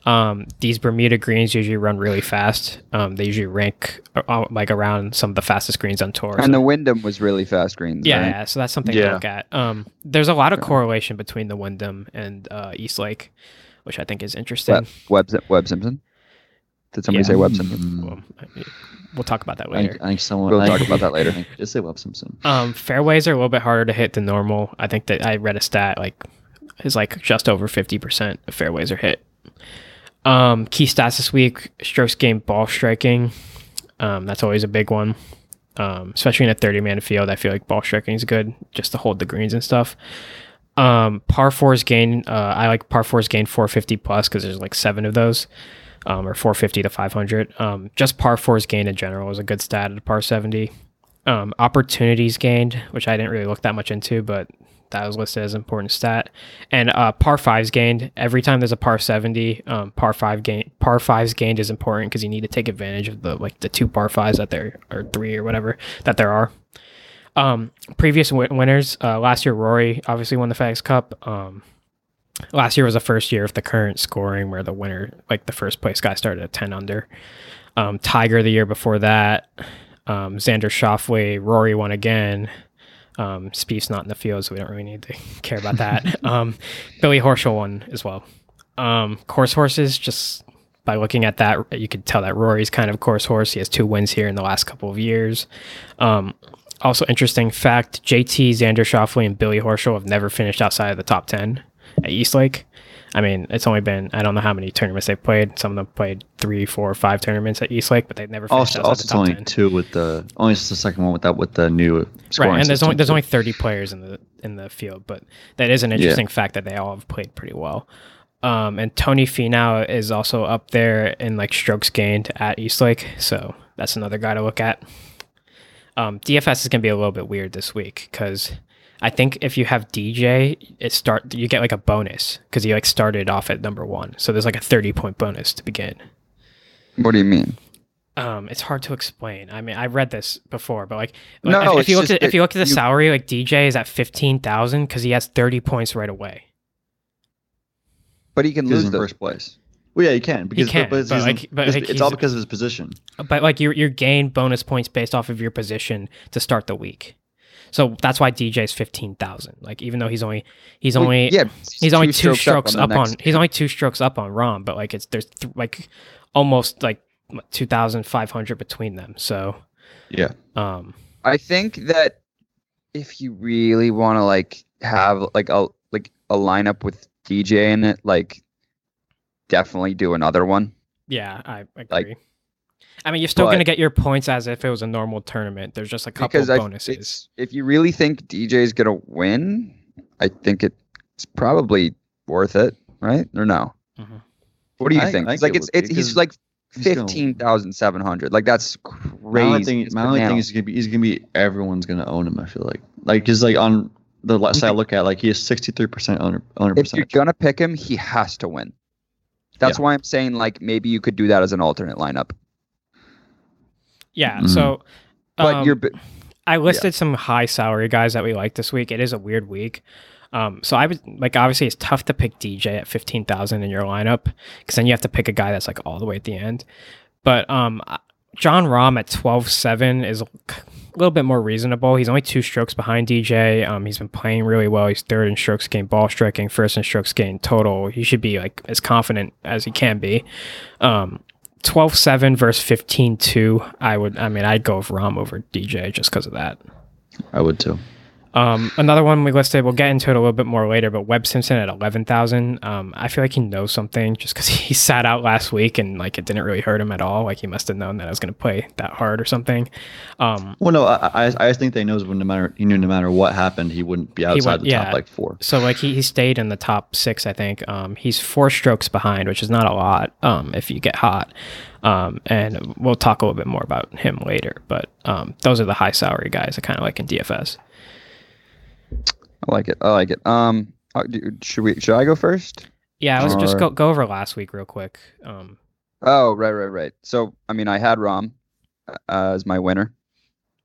Speaker 3: Um, these Bermuda greens usually run really fast. Um, they usually rank uh, like around some of the fastest greens on tour.
Speaker 1: And the Wyndham was really fast greens.
Speaker 3: Yeah,
Speaker 1: right?
Speaker 3: yeah, so that's something to
Speaker 2: Yeah.
Speaker 3: look at. Um, there's a lot of correlation between the Wyndham and uh, East Lake, which I think is interesting.
Speaker 1: Web, Web, Web Simpson. Did somebody
Speaker 3: Yeah.
Speaker 1: say Web Simpson?
Speaker 3: Well, I- we'll talk about that
Speaker 2: Mm-hmm. mm. I,
Speaker 3: later.
Speaker 2: think, I think someone.
Speaker 1: We'll
Speaker 2: I
Speaker 1: talk
Speaker 2: think-
Speaker 1: about that later.
Speaker 2: I think just say Webb Simpson.
Speaker 3: Um, fairways are a little bit harder to hit than normal. I think that I read a stat like is like just over fifty percent of fairways are hit. Um, key stats this week: strokes game ball striking. Um, that's always a big one, um, especially in a thirty-man field. I feel like ball striking is good just to hold the greens and stuff. Um, par fours gain. Uh, I like par fours gain four fifty plus because there's like seven of those. Um, or 450 to 500. Um, just par fours gain in general is a good stat at a par 70 um, opportunities gained, which I didn't really look that much into, but that was listed as an important stat. And uh, par fives gained. Every time there's a par seventy, um, par five gain, par fives gained is important because you need to take advantage of the like the two par fives that there or three or whatever that there are. Um, previous win- winners uh, last year, Rory obviously won the FedEx Cup. Um, last year was the first year of the current scoring where the winner, like the first place guy, started at ten under. Um, Tiger the year before that, um, Xander Schauffele, Rory won again. Um, Spieth's not in the field, so we don't really need to care about that. um, Billy Horschel won as well. Um, course horses, just by looking at that, you could tell that Rory's kind of a course horse. He has two wins here in the last couple of years. Um, also, interesting fact: JT, Xander Schauffele, and Billy Horschel have never finished outside of the top ten at Eastlake. I mean, it's only been I don't know how many tournaments they've played. Some of them played three, four, five tournaments at Eastlake, but they've never finished
Speaker 2: Also,
Speaker 3: outside
Speaker 2: also
Speaker 3: the
Speaker 2: it's
Speaker 3: top
Speaker 2: only
Speaker 3: ten.
Speaker 2: two with the only just the second one with that with the new scoring.
Speaker 3: Right, and there's
Speaker 2: system.
Speaker 3: only there's only 30 players in the in the field, but that is an interesting fact that they all have played pretty well. Um, and Tony Finau is also up there in like strokes gained at Eastlake, so that's another guy to look at. Um, DFS is gonna be a little bit weird this week because I think if you have DJ, it start you get like a bonus because you like started off at number one, so there's like a 30 point bonus to begin
Speaker 1: What do you mean?
Speaker 3: um it's hard to explain i mean i read this before but like,
Speaker 1: No,
Speaker 3: like, if, if
Speaker 1: it's
Speaker 3: you look
Speaker 1: just
Speaker 3: at if
Speaker 1: that
Speaker 3: you look at the
Speaker 1: you-
Speaker 3: salary like dj is at 15000 because he has 30 points right away
Speaker 1: But he can
Speaker 2: He's
Speaker 1: lose
Speaker 2: in
Speaker 1: the
Speaker 2: first place. Well, yeah, you can because
Speaker 3: can,
Speaker 2: but, it's-
Speaker 3: but,
Speaker 2: he's in-
Speaker 3: like- but,
Speaker 2: it's,
Speaker 3: like,
Speaker 2: it's
Speaker 3: he's-
Speaker 2: all because of his position.
Speaker 3: but like your your gain bonus points based off of your position to start the week so that's why dj's 15000 like even though he's only he's
Speaker 1: Well,
Speaker 3: only
Speaker 1: yeah,
Speaker 3: he's only two strokes,
Speaker 1: the
Speaker 3: up, on,
Speaker 1: next-
Speaker 3: he's only two strokes up on Rom, but like it's there's th- like almost like 2500 between them so
Speaker 2: Yeah.
Speaker 3: um
Speaker 1: I think that if you really want to like have like a like a lineup with DJ in it, like definitely do another one.
Speaker 3: Yeah, I agree.
Speaker 1: Like-
Speaker 3: I mean, you're still
Speaker 1: But-
Speaker 3: going to get your points as if it was a normal tournament. There's just a couple of
Speaker 1: I-
Speaker 3: bonuses.
Speaker 1: it's- if you really think DJ's gonna win, I think it's probably worth it, right? Or no?
Speaker 3: Mhm.
Speaker 1: What do you
Speaker 2: I-
Speaker 1: think?
Speaker 2: I
Speaker 1: It's like
Speaker 2: get
Speaker 1: it's,
Speaker 2: what-
Speaker 1: it's he's
Speaker 2: because
Speaker 1: like
Speaker 2: he's gonna-
Speaker 1: fifteen thousand seven hundred. Like that's
Speaker 2: My
Speaker 1: crazy.
Speaker 2: only thing,
Speaker 1: It's
Speaker 2: my only thing
Speaker 1: bananas.
Speaker 2: is he's gonna be he's gonna be everyone's gonna own him. I feel like like because like on the left side I look at like he is sixty three percent owner owner
Speaker 1: if you're
Speaker 2: percentage.
Speaker 1: gonna pick him, he has to win. That's why I'm saying like maybe you could do that as an alternate lineup.
Speaker 3: Yeah.
Speaker 2: Mhm.
Speaker 3: So,
Speaker 1: Mm-hmm. But
Speaker 3: um,
Speaker 1: you're b-
Speaker 3: I listed some high salary guys that we like this week. It is a weird week. Um, so I would like obviously it's tough to pick DJ at fifteen thousand in your lineup because then you have to pick a guy that's like all the way at the end. But um, I- John Rahm at twelve seven is little bit more reasonable. He's only two strokes behind DJ. Um, he's been playing really well. He's third in strokes gained ball striking, first in strokes gained total. He should be like as confident as he can be. Um, 12-7 versus 15-2. I would. I mean, I'd go with Rom over DJ just because of that.
Speaker 2: I would too.
Speaker 3: Um, another one we listed, we'll get into it a little bit more later, but Webb Simpson at 11,000. Um, I feel like he knows something just because he sat out last week and like it didn't really hurt him at all. Like he must have known that I was going to play that hard or something. Um,
Speaker 2: Well, no, I, I, I just think they knows when no matter he knew no matter what happened, he wouldn't be outside
Speaker 3: went-
Speaker 2: the
Speaker 3: yeah.
Speaker 2: top like four.
Speaker 3: so like he, he stayed in the top six, I think. Um, he's four strokes behind, which is not a lot um, if you get hot. Um, and we'll talk a little bit more about him later, but um, those are the high salary guys I kind of like in DFS.
Speaker 1: I like it. I like it. Um, uh, do- should we? Should I go first?
Speaker 3: Yeah, let's just
Speaker 1: Or-
Speaker 3: go, go over last week real quick. Um,
Speaker 1: Oh, right, right, right. So, I mean, I had Rom uh, as my winner,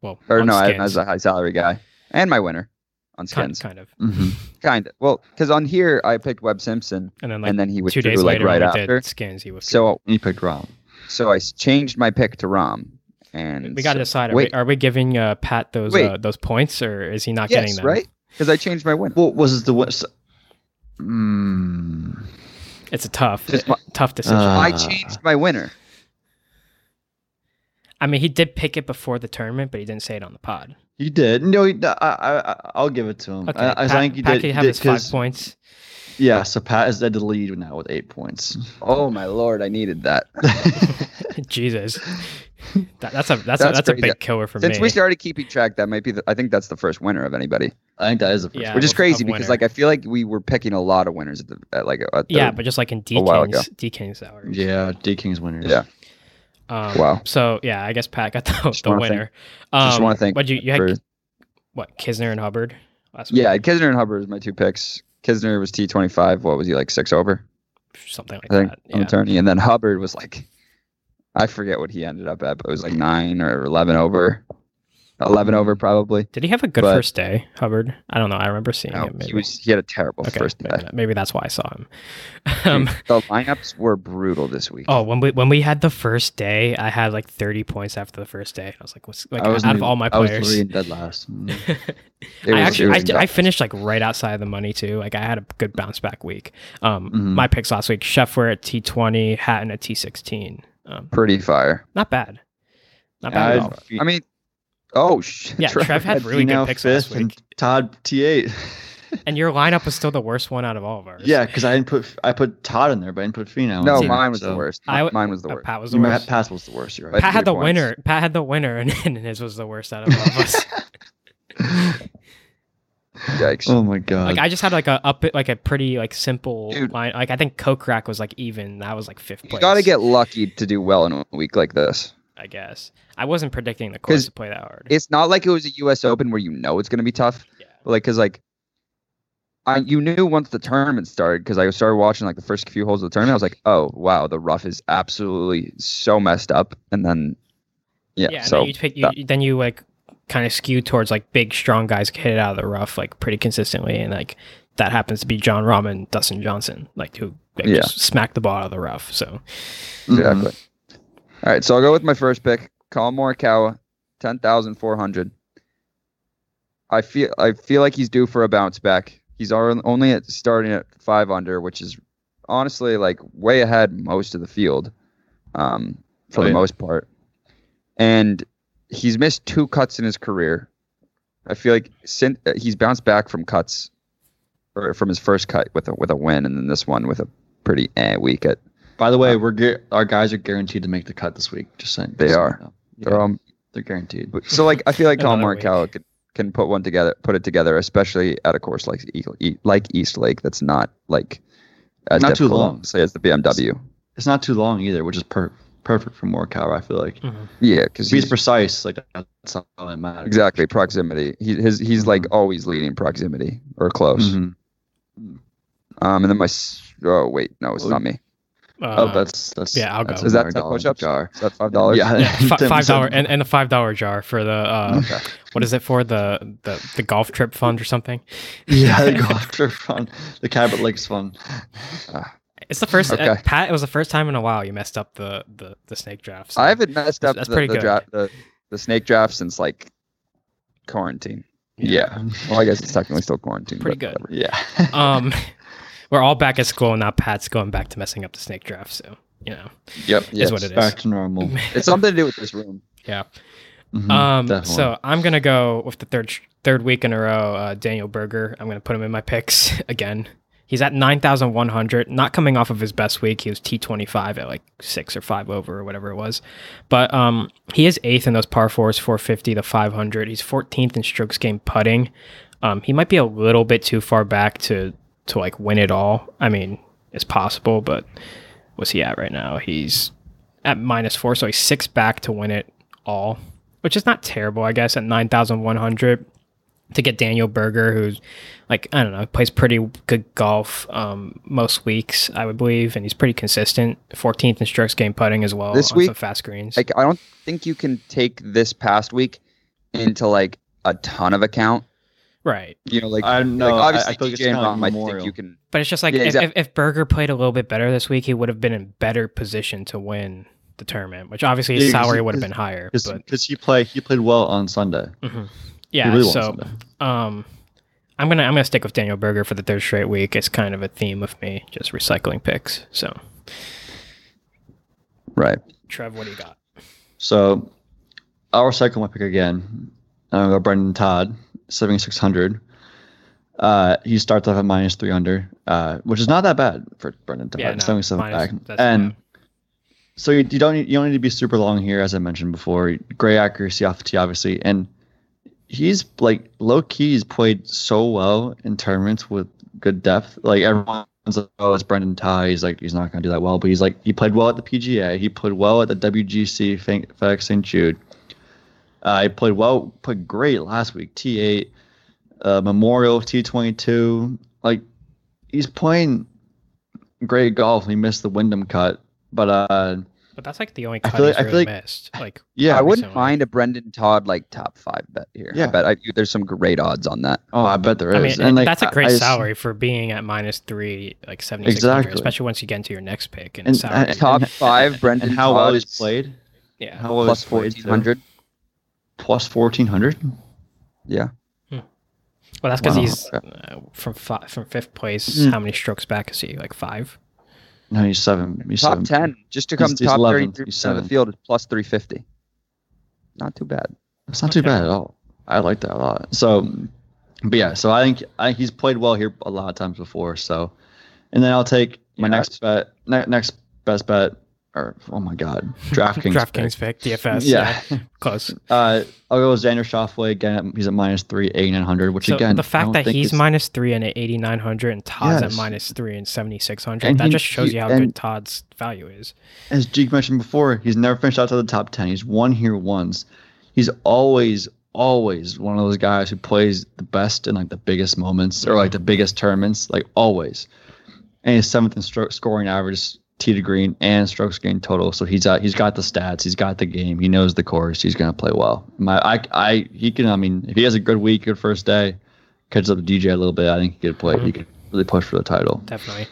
Speaker 3: well,
Speaker 1: or
Speaker 3: on
Speaker 1: no, I,
Speaker 3: skins.
Speaker 1: as a high salary guy, and my winner on
Speaker 3: Kind-
Speaker 1: skins.
Speaker 3: kind of.
Speaker 2: Mm-hmm.
Speaker 1: Kind of. Well, because on here I picked Webb Simpson,
Speaker 3: And then like
Speaker 1: and then he
Speaker 3: two
Speaker 1: withdrew
Speaker 3: days
Speaker 1: like
Speaker 3: later,
Speaker 1: right
Speaker 3: when we did
Speaker 1: after.
Speaker 3: skins. He was
Speaker 1: So,
Speaker 2: You picked Rom.
Speaker 1: so I s- changed my pick to Rom, and
Speaker 3: we got to
Speaker 1: so-
Speaker 3: decide. Are,
Speaker 1: wait.
Speaker 3: we, are we giving uh, Pat those uh,
Speaker 1: Wait.
Speaker 3: those points, or is he not getting
Speaker 1: yes,
Speaker 3: them?
Speaker 1: right? Because I changed my winner.
Speaker 2: What was the what? Mm,
Speaker 3: It's a tough,
Speaker 1: Just my-
Speaker 3: tough decision.
Speaker 2: Uh,
Speaker 1: I changed my winner.
Speaker 3: I mean, he did pick it before the tournament, but he didn't say it on the pod.
Speaker 2: you did. No, he, no, I, I, I'll give it to him.
Speaker 3: Okay,
Speaker 2: I, I
Speaker 3: Pat,
Speaker 2: think you
Speaker 3: Pat
Speaker 2: did.
Speaker 3: could
Speaker 2: you
Speaker 3: have
Speaker 2: did,
Speaker 3: his five
Speaker 2: 'cause-
Speaker 3: points.
Speaker 2: Yeah, so Pat is at the lead now with eight points.
Speaker 1: Oh my lord, I needed that.
Speaker 3: Jesus, that, that's a that's,
Speaker 1: That's
Speaker 3: a that's a
Speaker 1: crazy.
Speaker 3: big killer for
Speaker 1: Since
Speaker 3: me.
Speaker 1: we started keeping track, that might be. The, I think that's the first winner of anybody,
Speaker 2: I think that is the first.
Speaker 3: Yeah.
Speaker 2: Yeah.
Speaker 1: which is
Speaker 3: of-
Speaker 1: crazy
Speaker 3: of
Speaker 1: because
Speaker 3: winner.
Speaker 1: like I feel like we were picking a lot of winners at, the, at like at the,
Speaker 3: yeah, but just like in D
Speaker 1: a while ago.
Speaker 3: King's D King's hours.
Speaker 2: Yeah, D King's winners.
Speaker 1: Yeah.
Speaker 3: Um,
Speaker 1: Wow.
Speaker 3: So yeah, I guess Pat got the,
Speaker 1: Just
Speaker 3: the
Speaker 1: wanna thank-
Speaker 3: winner.
Speaker 1: just
Speaker 3: um,
Speaker 1: wanna thank
Speaker 3: What you you had?
Speaker 1: for-
Speaker 3: What Kisner and Hubbard last week?
Speaker 1: yeah, Kisner and Hubbard was my two picks. Kisner was T twenty five. What was he like six over?
Speaker 3: something like
Speaker 1: I think
Speaker 3: that.
Speaker 1: on
Speaker 3: Yeah.
Speaker 1: the tourney, and then Hubbard was like, I forget what he ended up at, but it was like nine or eleven over, eleven over probably.
Speaker 3: Did he have a good
Speaker 1: But-
Speaker 3: first day, Hubbard? I don't know. I remember seeing
Speaker 1: No,
Speaker 3: him. Maybe.
Speaker 1: he was he had a terrible
Speaker 3: okay,
Speaker 1: first
Speaker 3: maybe,
Speaker 1: day.
Speaker 3: that- maybe that's why I saw him. Um,
Speaker 1: the lineups were brutal this week.
Speaker 3: oh, when we when we had the first day, I had like 30 points after the first day. I was like, what's like
Speaker 2: I was
Speaker 3: out of
Speaker 2: lead-
Speaker 3: all my
Speaker 2: I was
Speaker 3: players.
Speaker 2: leading dead last. Mm.
Speaker 1: It
Speaker 3: I
Speaker 1: was- it
Speaker 3: actually
Speaker 1: was
Speaker 3: I, did- I
Speaker 1: nuts.
Speaker 3: finished like right outside of the money too. Like I had a good bounce back week. Um,
Speaker 1: Mm-hmm.
Speaker 2: Mhm.
Speaker 3: my picks last week: Scheffler at T20, Hatton at T16. Um,
Speaker 1: pretty fire.
Speaker 3: not bad. Not bad
Speaker 2: I-
Speaker 3: at all.
Speaker 2: fe-
Speaker 1: I mean, oh shit.
Speaker 3: Yeah, Trev had really
Speaker 2: Finau
Speaker 3: good picks last
Speaker 2: fifth and
Speaker 3: week,
Speaker 2: Todd T eight.
Speaker 3: and your lineup was still the worst one out of all of ours. Uh,
Speaker 2: yeah, because I didn't put I put Todd in there, but I didn't put Finau.
Speaker 1: No,
Speaker 2: in there,
Speaker 1: mine was the
Speaker 2: so-
Speaker 1: worst.
Speaker 3: I-
Speaker 1: mine was the
Speaker 3: Uh,
Speaker 1: worst.
Speaker 3: Pat was the
Speaker 2: You might
Speaker 3: worst.
Speaker 2: have Pass was the worst. You're right.
Speaker 1: But-
Speaker 3: Pat had the
Speaker 1: three points.
Speaker 3: winner. Pat had the winner, and, and his was the worst out of all of us.
Speaker 1: Yikes.
Speaker 2: oh my god.
Speaker 3: like I just had like a up like a pretty like simple
Speaker 1: Dude.
Speaker 3: line. Like I think Kokrak was like even. That was like fifth place.
Speaker 1: you got to get lucky to do well in a week like this.
Speaker 3: I guess I wasn't predicting the course
Speaker 1: 'Cause
Speaker 3: to play that hard.
Speaker 1: It's not like it was a U.S. Open where you know it's going to be tough.
Speaker 3: yeah.
Speaker 1: Like, cause like, I you knew once the tournament started because I started watching like the first few holes of the tournament. I was like, oh wow, the rough is absolutely so messed up. And then, yeah,
Speaker 3: and
Speaker 1: so
Speaker 3: then you pick. You,
Speaker 1: that-
Speaker 3: then you like kind of skew towards like big strong guys hit it out of the rough like pretty consistently, and like that happens to be John Rahm and Dustin Johnson, like who like,
Speaker 1: Yeah.
Speaker 3: just smacked the ball out of the rough. So
Speaker 2: Mhm.
Speaker 1: exactly. Mm-hmm. All right, so I'll go with my first pick, Colin Morikawa, ten thousand four hundred. I feel I feel like he's due for a bounce back. He's al- only at starting at five under, which is honestly like way ahead most of the field, um, for
Speaker 2: Oh,
Speaker 1: the
Speaker 2: yeah.
Speaker 1: most part. And he's missed two cuts in his career. I feel like since he's bounced back from cuts, or from his first cut with a with a win, and then this one with a pretty eh week at
Speaker 2: By the way, we're gu- our guys are guaranteed to make the cut this week. Just saying.
Speaker 1: They
Speaker 2: just so
Speaker 1: are.
Speaker 2: you know. Yeah,
Speaker 1: they're all
Speaker 2: they're guaranteed.
Speaker 1: But- So like I feel like Colin
Speaker 3: Another week.
Speaker 1: Morikawa could, can put one together, put it together, especially at a course like Eagle- E- like East Lake that's not like as
Speaker 2: Not too
Speaker 1: difficult,
Speaker 2: long.
Speaker 1: Say as the BMW.
Speaker 2: It's not too long either, which is per- perfect for Morikawa. I feel like
Speaker 3: Mm-hmm.
Speaker 1: Yeah,
Speaker 2: if
Speaker 1: because
Speaker 2: he's
Speaker 1: he's
Speaker 2: precise. Like that's all that matters.
Speaker 1: exactly proximity. He his
Speaker 3: Mm-hmm.
Speaker 1: he's like
Speaker 2: Mhm.
Speaker 1: always leading proximity or close.
Speaker 2: Mhm. Mm-hmm.
Speaker 1: Um, and then my s- oh wait no it's
Speaker 2: Oh,
Speaker 1: not me.
Speaker 2: Oh,
Speaker 3: uh,
Speaker 2: that's that's
Speaker 3: yeah, I'll
Speaker 2: that's
Speaker 3: go.
Speaker 1: Is that
Speaker 2: another
Speaker 1: tough
Speaker 2: dollar
Speaker 1: push-ups?
Speaker 2: jar.
Speaker 1: Is that five dollars?
Speaker 2: Yeah,
Speaker 3: Yeah, fi-
Speaker 2: Tim
Speaker 3: five
Speaker 2: said-
Speaker 3: dollar and, and the five dollar jar for the uh,
Speaker 1: Okay.
Speaker 3: what is it for the, the the golf trip fund or something?
Speaker 2: Yeah, the golf trip fun, the Cabot Lakes fun.
Speaker 3: It's the first
Speaker 1: Okay.
Speaker 3: uh, Pat. It was the first time in a while you messed up the the, the snake draft. so-
Speaker 1: I haven't messed up
Speaker 3: That's
Speaker 1: the,
Speaker 3: pretty
Speaker 1: the,
Speaker 3: good.
Speaker 1: draft, the the snake draft since like quarantine. Yeah. Well, I guess it's technically still quarantine.
Speaker 3: Pretty
Speaker 1: but
Speaker 3: good.
Speaker 1: whatever.
Speaker 2: Yeah.
Speaker 3: Um, we're all back at school, and now Pat's going back to messing up the snake draft. So you know,
Speaker 1: Yep. Yes.
Speaker 3: what it is.
Speaker 2: Back to normal.
Speaker 1: It's something to do with this room.
Speaker 3: yeah.
Speaker 2: Mhm,
Speaker 3: Um,
Speaker 2: definitely.
Speaker 3: so I'm gonna go with the third third week in a row. Uh, Daniel Berger. I'm gonna put him in my picks again. He's at nine thousand one hundred. Not coming off of his best week. He was T twenty five at like six or five over or whatever it was. But um, he is eighth in those par fours, four fifty to five hundred. He's fourteenth in strokes game putting. Um, he might be a little bit too far back to to like win it all. I mean, it's possible, but what's he at right now? He's at minus four, so he's six back to win it all, which is not terrible, I guess, at 9,100 to get Daniel Berger, who's like, I don't know, plays pretty good golf um, most weeks, I would believe, and he's pretty consistent. 14th in strokes game putting as well
Speaker 1: This
Speaker 3: on some
Speaker 1: week,
Speaker 3: fast greens.
Speaker 1: Like, I don't think you can take this past week into like a ton of account.
Speaker 3: right.
Speaker 1: You know, like,
Speaker 2: Uh, I know.
Speaker 1: like
Speaker 2: I-
Speaker 1: obviously
Speaker 2: I feel like it's
Speaker 1: TJ and
Speaker 2: kind of
Speaker 1: Rom, I think
Speaker 2: memorial.
Speaker 1: you can.
Speaker 3: But it's just like
Speaker 1: Yeah,
Speaker 3: if,
Speaker 1: exact-
Speaker 3: if, if Berger played a little bit better this week, he would have been in better position to win the tournament, which obviously his
Speaker 2: Yeah, 'cause he-
Speaker 3: salary would have
Speaker 2: 'cause-
Speaker 3: been higher. But
Speaker 2: because he play he played well on Sunday.
Speaker 3: Mhm.
Speaker 2: He
Speaker 3: yeah,
Speaker 2: really well on
Speaker 3: so
Speaker 2: Sunday.
Speaker 3: Um, I'm gonna I'm gonna stick with Daniel Berger for the third straight week. It's kind of a theme with me, just recycling picks. So,
Speaker 1: Right.
Speaker 3: Trev, what do you got?
Speaker 2: So I'll recycle my pick again. I'll go Brendan Todd, 7,600. Uh, he starts off at minus 300, uh, which is not that bad for Brendan Todd.
Speaker 3: Yeah, no,
Speaker 2: 77
Speaker 3: minus-
Speaker 2: back.
Speaker 3: that's
Speaker 2: And
Speaker 3: fine.
Speaker 2: so you, you don't need, you don't need to be super long here, as I mentioned before. Great accuracy off the tee, obviously, and he's like low key. He's played so well in tournaments with good depth. Like everyone's like, oh, it's Brendan Ty. He's like he's not gonna do that well, but he's like he played well at the PGA. He played well at the WGC Fe- FedEx St. Jude. Uh, he played well, played great last week. T eight, uh, Memorial T twenty two. Like he's playing great golf. He missed the Wyndham cut, but uh.
Speaker 3: But that's like the only
Speaker 2: I
Speaker 3: cut
Speaker 2: feel
Speaker 3: he's
Speaker 2: like- I
Speaker 3: really
Speaker 2: feel
Speaker 3: missed. Like,
Speaker 2: Yeah,
Speaker 1: I wouldn't
Speaker 3: recently.
Speaker 1: mind a Brendan Todd like top five bet here. I
Speaker 2: Yeah.
Speaker 1: bet I, there's some great odds on that.
Speaker 2: Oh, I bet there
Speaker 3: I
Speaker 2: is.
Speaker 3: mean, it-
Speaker 2: like,
Speaker 3: that's a
Speaker 2: I-
Speaker 3: great
Speaker 2: I s-
Speaker 3: salary for being at minus three, like seventy six hundred,
Speaker 2: Exactly.
Speaker 3: especially once you get into your next pick and,
Speaker 2: And-
Speaker 3: salary.
Speaker 2: and-
Speaker 1: Top five, Brendan
Speaker 2: And how
Speaker 1: Todd
Speaker 2: well he's
Speaker 1: is
Speaker 2: played?
Speaker 3: yeah,
Speaker 2: How well
Speaker 1: plus
Speaker 2: he's played,
Speaker 1: fourteen hundred.
Speaker 2: too. Plus fourteen hundred.
Speaker 1: Yeah.
Speaker 3: well, that's because
Speaker 2: wow,
Speaker 3: he's
Speaker 2: okay.
Speaker 3: uh, from fi- from fifth place.
Speaker 2: Mm.
Speaker 3: How many strokes back is he? Like five.
Speaker 2: No, he's seven. He's
Speaker 1: top
Speaker 2: seven.
Speaker 1: ten, just to
Speaker 2: He's-
Speaker 1: come
Speaker 2: he's
Speaker 1: top
Speaker 2: 11th,
Speaker 1: thirty-three
Speaker 2: he's
Speaker 1: percent of the
Speaker 2: seventh.
Speaker 1: field is plus three fifty. Not too bad.
Speaker 2: It's not too
Speaker 3: Okay.
Speaker 2: bad at all. I like that a lot. So, but yeah, so I think I, he's played well here a lot of times before. So, and then I'll take my
Speaker 1: Yeah.
Speaker 2: next bet, ne- next best bet, or oh my god, DraftKings.
Speaker 3: DraftKings pick DFS. Yeah,
Speaker 2: Yeah.
Speaker 3: close.
Speaker 2: Uh, I'll go with Xander Schauffele again. He's at minus three eight nine hundred, which
Speaker 3: So
Speaker 2: again,
Speaker 3: the
Speaker 2: I don't
Speaker 3: fact that
Speaker 2: think
Speaker 3: he's
Speaker 2: it's-
Speaker 3: minus three and at eighty nine hundred, and Todd's at
Speaker 2: Yes.
Speaker 3: minus three and seventy six hundred,
Speaker 2: And
Speaker 3: that
Speaker 2: he-
Speaker 3: just shows
Speaker 2: he-
Speaker 3: you how
Speaker 2: and-
Speaker 3: good Todd's value is.
Speaker 2: as Jake mentioned before, he's never finished outside the top 10. He's won here once. He's always, always one of those guys who plays the best in like the biggest moments or like the biggest tournaments, like always. And he's seventh in stroke scoring average, tee to green, and strokes gained total. So he's uh, he's got the stats, he's got the game, he knows the course, he's gonna play well. My, I, I, he can. I mean, if he has a good week, good first day, catches up to DJ a little bit, I think he could play. He could really push for the title.
Speaker 3: definitely.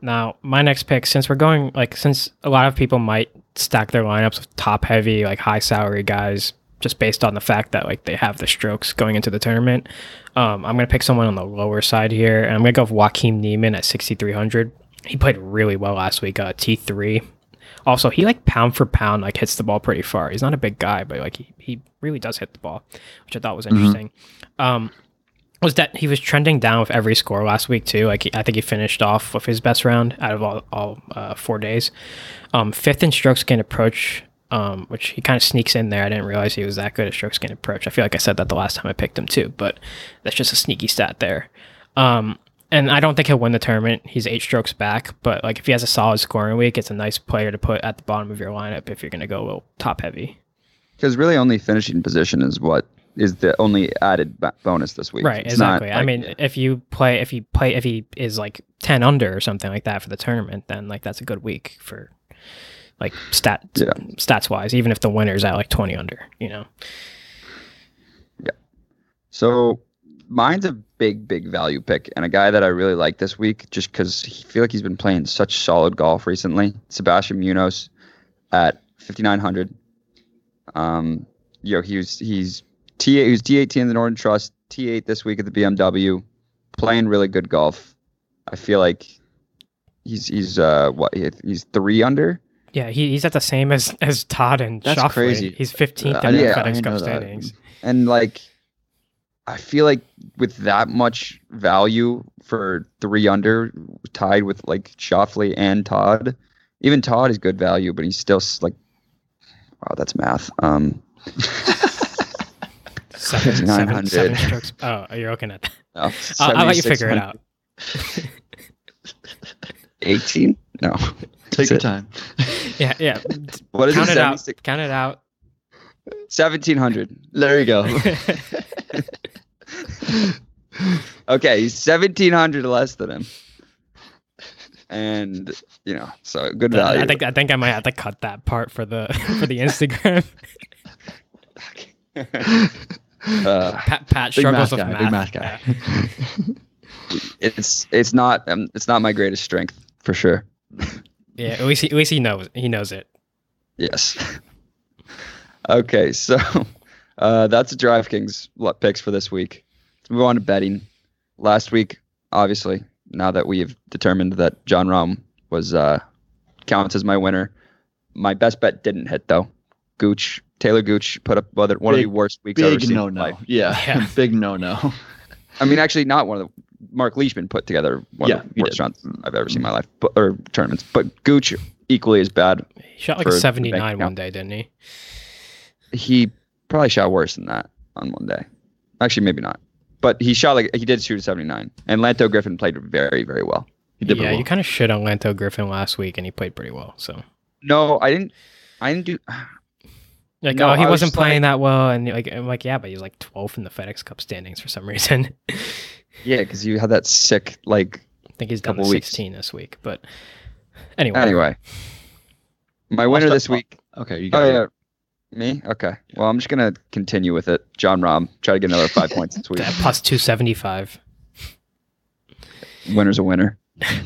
Speaker 3: Now, my next pick, since we're going like since a lot of people might stack their lineups with top heavy, like high salary guys, just based on the fact that like they have the strokes going into the tournament. Um, I'm gonna pick someone on the lower side here, and I'm gonna go with Joaquin Neiman at 6,300. He played really well last week. Uh, T3. Also, he like pound for pound like hits the ball pretty far. He's not a big guy, but like he, he really does hit the ball, which I thought was interesting. Um, was that he was trending down with every score last week too. Like he, I think he finished off with his best round out of all, all uh, four days. Um, fifth in strokes gained approach, um, which he kind of sneaks in there. I didn't realize he was that good at strokes gained approach. I feel like I said that the last time I picked him too, but that's just a sneaky stat there. Um, and I don't think he'll win the tournament. He's eight strokes back, but like if he has a solid scoring week, it's a nice player to put at the bottom of your lineup if you're going to go a little top heavy.
Speaker 1: Because really, only finishing position is what is the only added ba- bonus this week.
Speaker 3: Right,
Speaker 1: It's not
Speaker 3: exactly. I
Speaker 1: like-
Speaker 3: mean, if you play, if you play, if he is like ten under or something like that for the tournament, then like that's a good week for like stat
Speaker 1: Yeah.
Speaker 3: stats wise. Even if the winner's at like twenty under, you know.
Speaker 1: So mine's a big, big value pick and a guy that I really like this week just because I feel like he's been playing such solid golf recently. Sebastian Munoz at 5,900. Um, you know, he was, he's T8, he was D18 in the Northern Trust, T8 this week at the BMW, playing really good golf. I feel like he's he's uh what he's three under.
Speaker 3: Yeah, he, he's at the same as as Todd and
Speaker 2: That's
Speaker 3: Schauffele.
Speaker 2: crazy.
Speaker 3: He's 15th
Speaker 1: Uh,
Speaker 3: in
Speaker 1: yeah,
Speaker 3: the
Speaker 1: I
Speaker 3: FedEx
Speaker 1: know
Speaker 3: Cup
Speaker 1: that.
Speaker 3: standings.
Speaker 1: And like, I feel like with that much value for three under, tied with like Shoffley and Todd, even Todd is good value, but he's still s- like, wow, that's math. Um,
Speaker 3: Seven, seven,
Speaker 1: 900.
Speaker 3: seven strokes. Oh, you're looking at that.
Speaker 1: no,
Speaker 2: Uh,
Speaker 3: I'll, I'll let you figure it out.
Speaker 1: 18? No.
Speaker 2: Take
Speaker 1: Is
Speaker 2: your
Speaker 1: it-
Speaker 2: time.
Speaker 3: Yeah, yeah.
Speaker 1: What is
Speaker 3: Count
Speaker 1: it?
Speaker 3: it out.
Speaker 1: 76
Speaker 3: Count it out.
Speaker 1: 1700.
Speaker 2: There you go.
Speaker 1: Okay, he's 1700 less than him. And, you know, so good value.
Speaker 3: I think I think I might have to cut that part for the for the Instagram.
Speaker 1: uh,
Speaker 3: Pat, Pat
Speaker 2: Big
Speaker 3: struggles
Speaker 2: math
Speaker 3: with
Speaker 2: guy.
Speaker 3: math.
Speaker 2: Big math guy.
Speaker 1: it's it's not um, it's not my greatest strength for sure.
Speaker 3: Yeah, at least he, at least he knows he knows it.
Speaker 1: Yes. okay, so uh, that's DraftKings lo- picks for this week. Let's move on to betting. Last week, obviously, now that we have determined that John Rahm was uh, counts as my winner, my best bet didn't hit though. Gooch Taylor Gooch put up one of the- one of the
Speaker 2: Big-
Speaker 1: worst weeks I've ever
Speaker 2: Big
Speaker 1: seen. in
Speaker 2: no
Speaker 1: my
Speaker 2: no.
Speaker 1: life.
Speaker 2: Yeah.
Speaker 3: Yeah.
Speaker 2: Big no no.
Speaker 1: I mean, actually, not one of the. Mark Leishman put together one
Speaker 2: Yeah,
Speaker 1: of the
Speaker 2: he
Speaker 1: worst rounds I've ever seen in my life, but, or tournaments. But Gooch equally as bad.
Speaker 3: He shot like
Speaker 1: For
Speaker 3: a
Speaker 1: the bank
Speaker 3: 79
Speaker 1: account.
Speaker 3: one day, didn't he?
Speaker 1: he probably shot worse than that on one day. Actually, maybe not. But he shot like he did shoot a 79. And Lanto Griffin played very, very well. He did
Speaker 3: Yeah,
Speaker 1: well.
Speaker 3: you kind of shit on Lanto Griffin last week, and he played pretty well. So
Speaker 1: No, I didn't. I didn't do.
Speaker 3: like,
Speaker 1: No,
Speaker 3: oh, he
Speaker 1: I was
Speaker 3: wasn't
Speaker 1: just like-
Speaker 3: playing that well, and like, I'm like, yeah, but he's like 12th in the FedEx Cup standings for some reason. I
Speaker 1: Yeah, because you had that sick like.
Speaker 3: think he's down to
Speaker 1: Couple weeks.
Speaker 3: 16 this week, but anyway,
Speaker 1: Anyway, my
Speaker 2: Watch
Speaker 1: winner
Speaker 2: that
Speaker 1: this
Speaker 2: pop.
Speaker 1: week.
Speaker 2: Okay, you got
Speaker 1: Oh
Speaker 2: it.
Speaker 1: yeah, me. Okay. Well, I'm just gonna continue with it. John Rom, try to get another five points this week.
Speaker 3: that plus 275,
Speaker 1: Winner's a winner.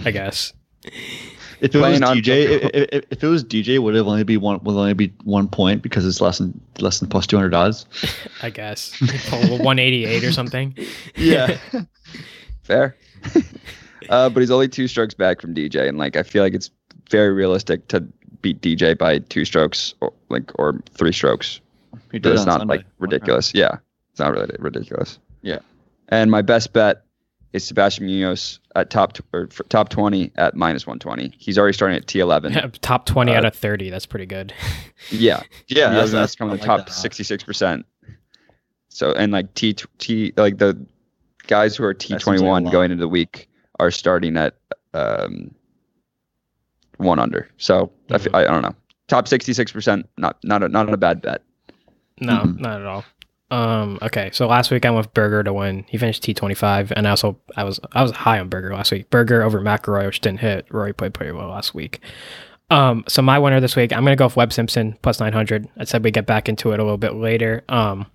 Speaker 3: I guess.
Speaker 2: If it was
Speaker 1: Playing on-
Speaker 2: DJ, if, if, if it was DJ, would it only be one? Will only be one point because it's less than less than plus two hundred odds.
Speaker 3: I guess He pulled a 188 or something.
Speaker 2: Yeah.
Speaker 1: Fair. uh, but he's only two strokes back from DJ, and like I feel like it's very realistic to beat DJ by two strokes, or like or three strokes.
Speaker 2: He
Speaker 1: But
Speaker 2: did
Speaker 1: it's
Speaker 2: on
Speaker 1: not
Speaker 2: Sunday.
Speaker 1: like ridiculous. Yeah, it's not really ridiculous.
Speaker 2: Yeah.
Speaker 1: And my best bet is Sebastian Munoz at top t- or f- top twenty at minus one twenty. He's already starting at T eleven. yeah,
Speaker 3: Top 20
Speaker 1: Uh,
Speaker 3: out of 30. That's pretty good.
Speaker 1: yeah,
Speaker 2: Yeah,
Speaker 1: Munoz
Speaker 2: that's, that's
Speaker 1: is coming
Speaker 2: coming
Speaker 1: to top sixty six percent. So and like T tw- T like the guys who are T
Speaker 2: seems
Speaker 1: twenty
Speaker 2: like a
Speaker 1: one
Speaker 2: lot.
Speaker 1: going into the week are starting at um one under. So I fe-
Speaker 2: Mm-hmm.
Speaker 3: Mhm.
Speaker 1: I, I don't know. Top sixty six percent, not not a, not a bad bet.
Speaker 3: No,
Speaker 2: Mm-mm.
Speaker 3: not at all. Um, okay, so last week I went with Berger to win. He finished T twenty five, and I also I was I was high on Berger last week. Berger over McElroy, which didn't hit. Rory played pretty well last week. Um, so my winner this week, I'm gonna go with Webb Simpson plus nine hundred. I said we get back into it a little bit later. Um,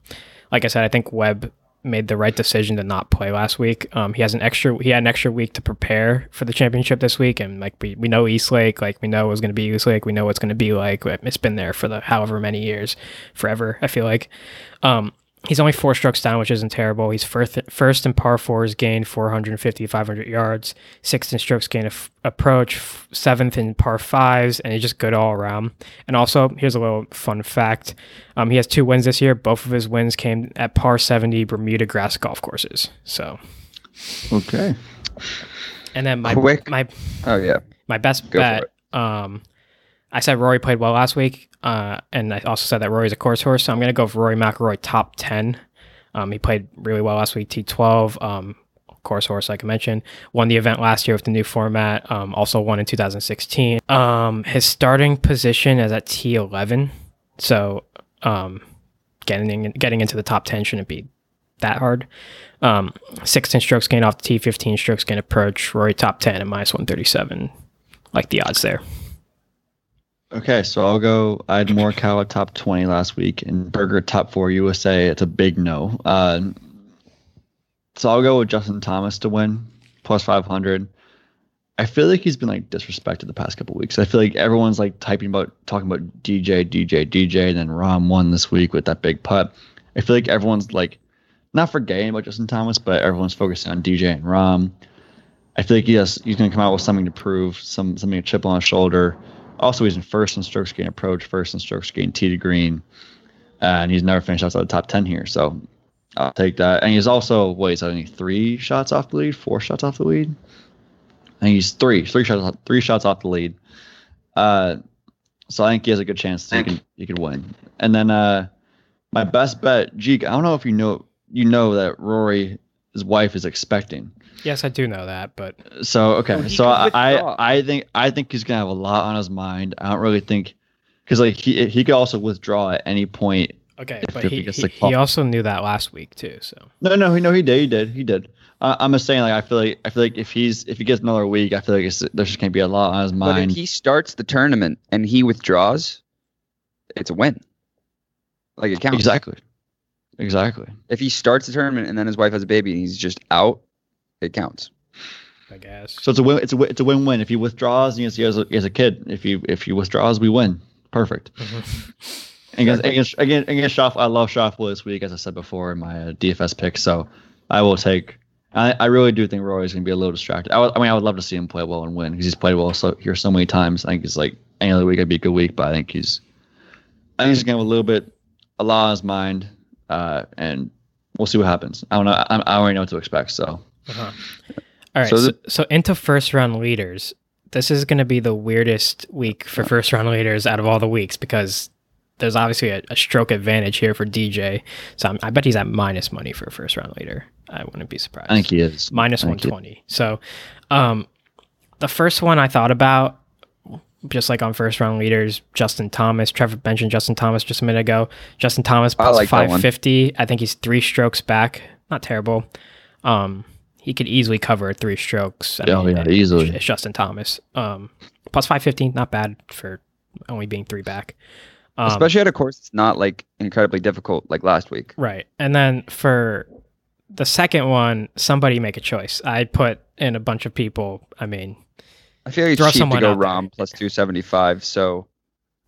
Speaker 3: like I said, I think Webb made the right decision to not play last week. Um, he has an extra he had an extra week to prepare for the championship this week, and like we, we know Eastlake, like we know it was going to be Eastlake, we know what's going to be like. It's been there for the however many years, forever. I feel like. Um, he's only four strokes down, which isn't terrible. He's first first in par fours gained 450 500 yards, sixth in strokes gained af- approach, f- seventh in par fives, and he's just good all around. And also, here's a little fun fact: um, he has two wins this year. Both of his wins came at par 70 Bermuda grass golf courses. So,
Speaker 2: Okay.
Speaker 3: and then my
Speaker 1: Quick.
Speaker 3: my
Speaker 1: Oh yeah.
Speaker 3: my best
Speaker 1: Go for
Speaker 3: bet. Um, I said Rory played well last week, uh, and I also said that Rory's a course horse. So I'm going to go for Rory McIlroy top ten. Um, he played really well last week, T12. Um, course horse, like I mentioned, won the event last year with the new format. Um, also won in 2016. Um, his starting position is at T11, so um, getting in, getting into the top ten shouldn't be that hard. Um, 16 strokes gain off the tee, 15 strokes gain approach. Rory top 10 at minus 137 like the odds there.
Speaker 2: Okay, so I'll go. I had Morikawa top twenty last week and Berger top four USA. It's a big no. Uh, so I'll go with Justin Thomas to win plus five hundred. I feel like he's been like disrespected the past couple weeks. I feel like everyone's like typing about talking about DJ, DJ, DJ, and then Rom won this week with that big putt. I feel like everyone's like not forgetting about Justin Thomas, but everyone's focusing on DJ and Rom. I feel like yes, he's gonna come out with something to prove, some something a chip on his shoulder. Also, he's in first in strokes gain approach, first in strokes gain tee to green, uh, and he's never finished outside the top ten here. So I'll take that. And he's also what he's only three shots off the lead, four shots off the lead. And he's three, three shots, three shots off the lead. Uh, so I think he has a good chance. He can, he could win. And then uh, my best bet, Jeek. I don't know if you know, you know that Rory, his wife, is expecting.
Speaker 3: Yes, I do know that, but
Speaker 2: So okay,
Speaker 1: No, Oh, he
Speaker 2: so
Speaker 1: could
Speaker 2: I,
Speaker 1: withdraw.
Speaker 2: I I think I think he's gonna have a lot on his mind. I don't really think because like he he could also withdraw at any point.
Speaker 3: okay,
Speaker 2: If
Speaker 3: but
Speaker 2: it
Speaker 3: he,
Speaker 2: gets
Speaker 3: he,
Speaker 2: the call.
Speaker 3: he also knew that last week too. So
Speaker 2: No, no, no, he did, he did, he did. Uh, I'm just saying, like I feel like I feel like if he's if he gets another week, I feel like it's, there's just gonna be a lot on his
Speaker 1: But if
Speaker 2: mind.
Speaker 1: he starts the tournament and he withdraws, it's a win. Like it counts.
Speaker 2: exactly, exactly.
Speaker 1: If he starts the tournament and then his wife has a baby and he's just out, it counts.
Speaker 3: I guess.
Speaker 2: So it's a win. It's a win, it's a win-win. If he withdraws, he has, he, has a, he has a kid. If he if he withdraws, we win. Perfect.
Speaker 3: Mhm.
Speaker 2: Against against against, against Schaff, I love Shoffle this week, as I said before in my uh, DFS pick. So I will take. I, I really do think Rory's going to be a little distracted. I, would- I mean, I would love to see him play well and win because he's played well so here so many times. I think it's like any other week it'd be a good week, but I think he's. I think he's going to have a little bit, a lot on his mind, uh, and we'll see what happens. I don't know. I, I already know what to expect. So
Speaker 3: Uh-huh. All right.
Speaker 1: So
Speaker 3: So,
Speaker 1: the-
Speaker 3: so into first round leaders. This is going to be the weirdest week for first round leaders out of all the weeks because there's obviously a, a stroke advantage here for DJ. So I'm, I bet he's at minus money for a first round leader. I wouldn't be surprised.
Speaker 2: I think he is
Speaker 3: Minus
Speaker 2: Thank you.
Speaker 3: 120. So um, the first one I thought about, just like on first round leaders, Justin Thomas, Trevor mentioned Justin Thomas just a minute ago. Justin Thomas
Speaker 1: I
Speaker 3: plus
Speaker 1: like that one.
Speaker 3: 550. I think he's three strokes back. Not terrible. Um, he could easily cover three strokes. I
Speaker 2: Oh, yeah,
Speaker 3: it-
Speaker 2: easily.
Speaker 3: It's Justin Thomas. Um, plus 550, not bad for only being three back. Um,
Speaker 1: Especially at a course that's not like incredibly difficult like last week.
Speaker 3: Right. And then for the second one, somebody make a choice. I put in a bunch of people. I mean,
Speaker 1: I feel like
Speaker 3: Throw
Speaker 1: it's cheap to
Speaker 3: someone
Speaker 1: go
Speaker 3: out there.
Speaker 1: Rom plus 275. So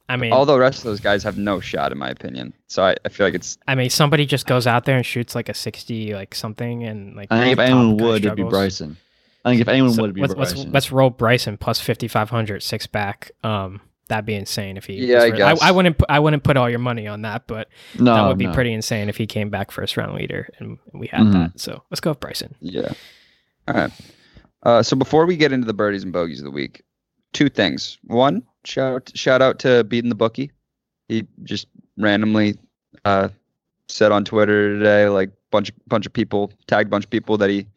Speaker 3: I mean,
Speaker 1: all the rest of those guys have no shot in my opinion. So I, I feel like it's
Speaker 3: I mean, somebody just goes out there and shoots like a sixty, like something, and like.
Speaker 2: I think if
Speaker 3: the top
Speaker 2: anyone
Speaker 3: guy
Speaker 2: would, it'd be
Speaker 3: struggles.
Speaker 2: Bryson. I think if anyone
Speaker 3: So
Speaker 2: would, it'd be
Speaker 3: let's, let's,
Speaker 2: Bryson.
Speaker 3: let's roll Bryson plus fifty five hundred six back. Um, that'd be insane if he.
Speaker 1: Yeah,
Speaker 3: was
Speaker 1: I
Speaker 3: re- I,
Speaker 1: guess.
Speaker 3: I wouldn't. pu- I wouldn't put all your money on that, but
Speaker 2: no,
Speaker 3: that would be
Speaker 2: Oh, no.
Speaker 3: pretty insane if he came back first round leader, and we had
Speaker 2: Mhm.
Speaker 3: that. So let's go with Bryson.
Speaker 1: Yeah. All right. Uh, so before we get into the birdies and bogeys of the week, two things. One, shout shout out to beating the bookie. He just randomly uh, said on Twitter today, like bunch bunch of people tagged bunch of people that he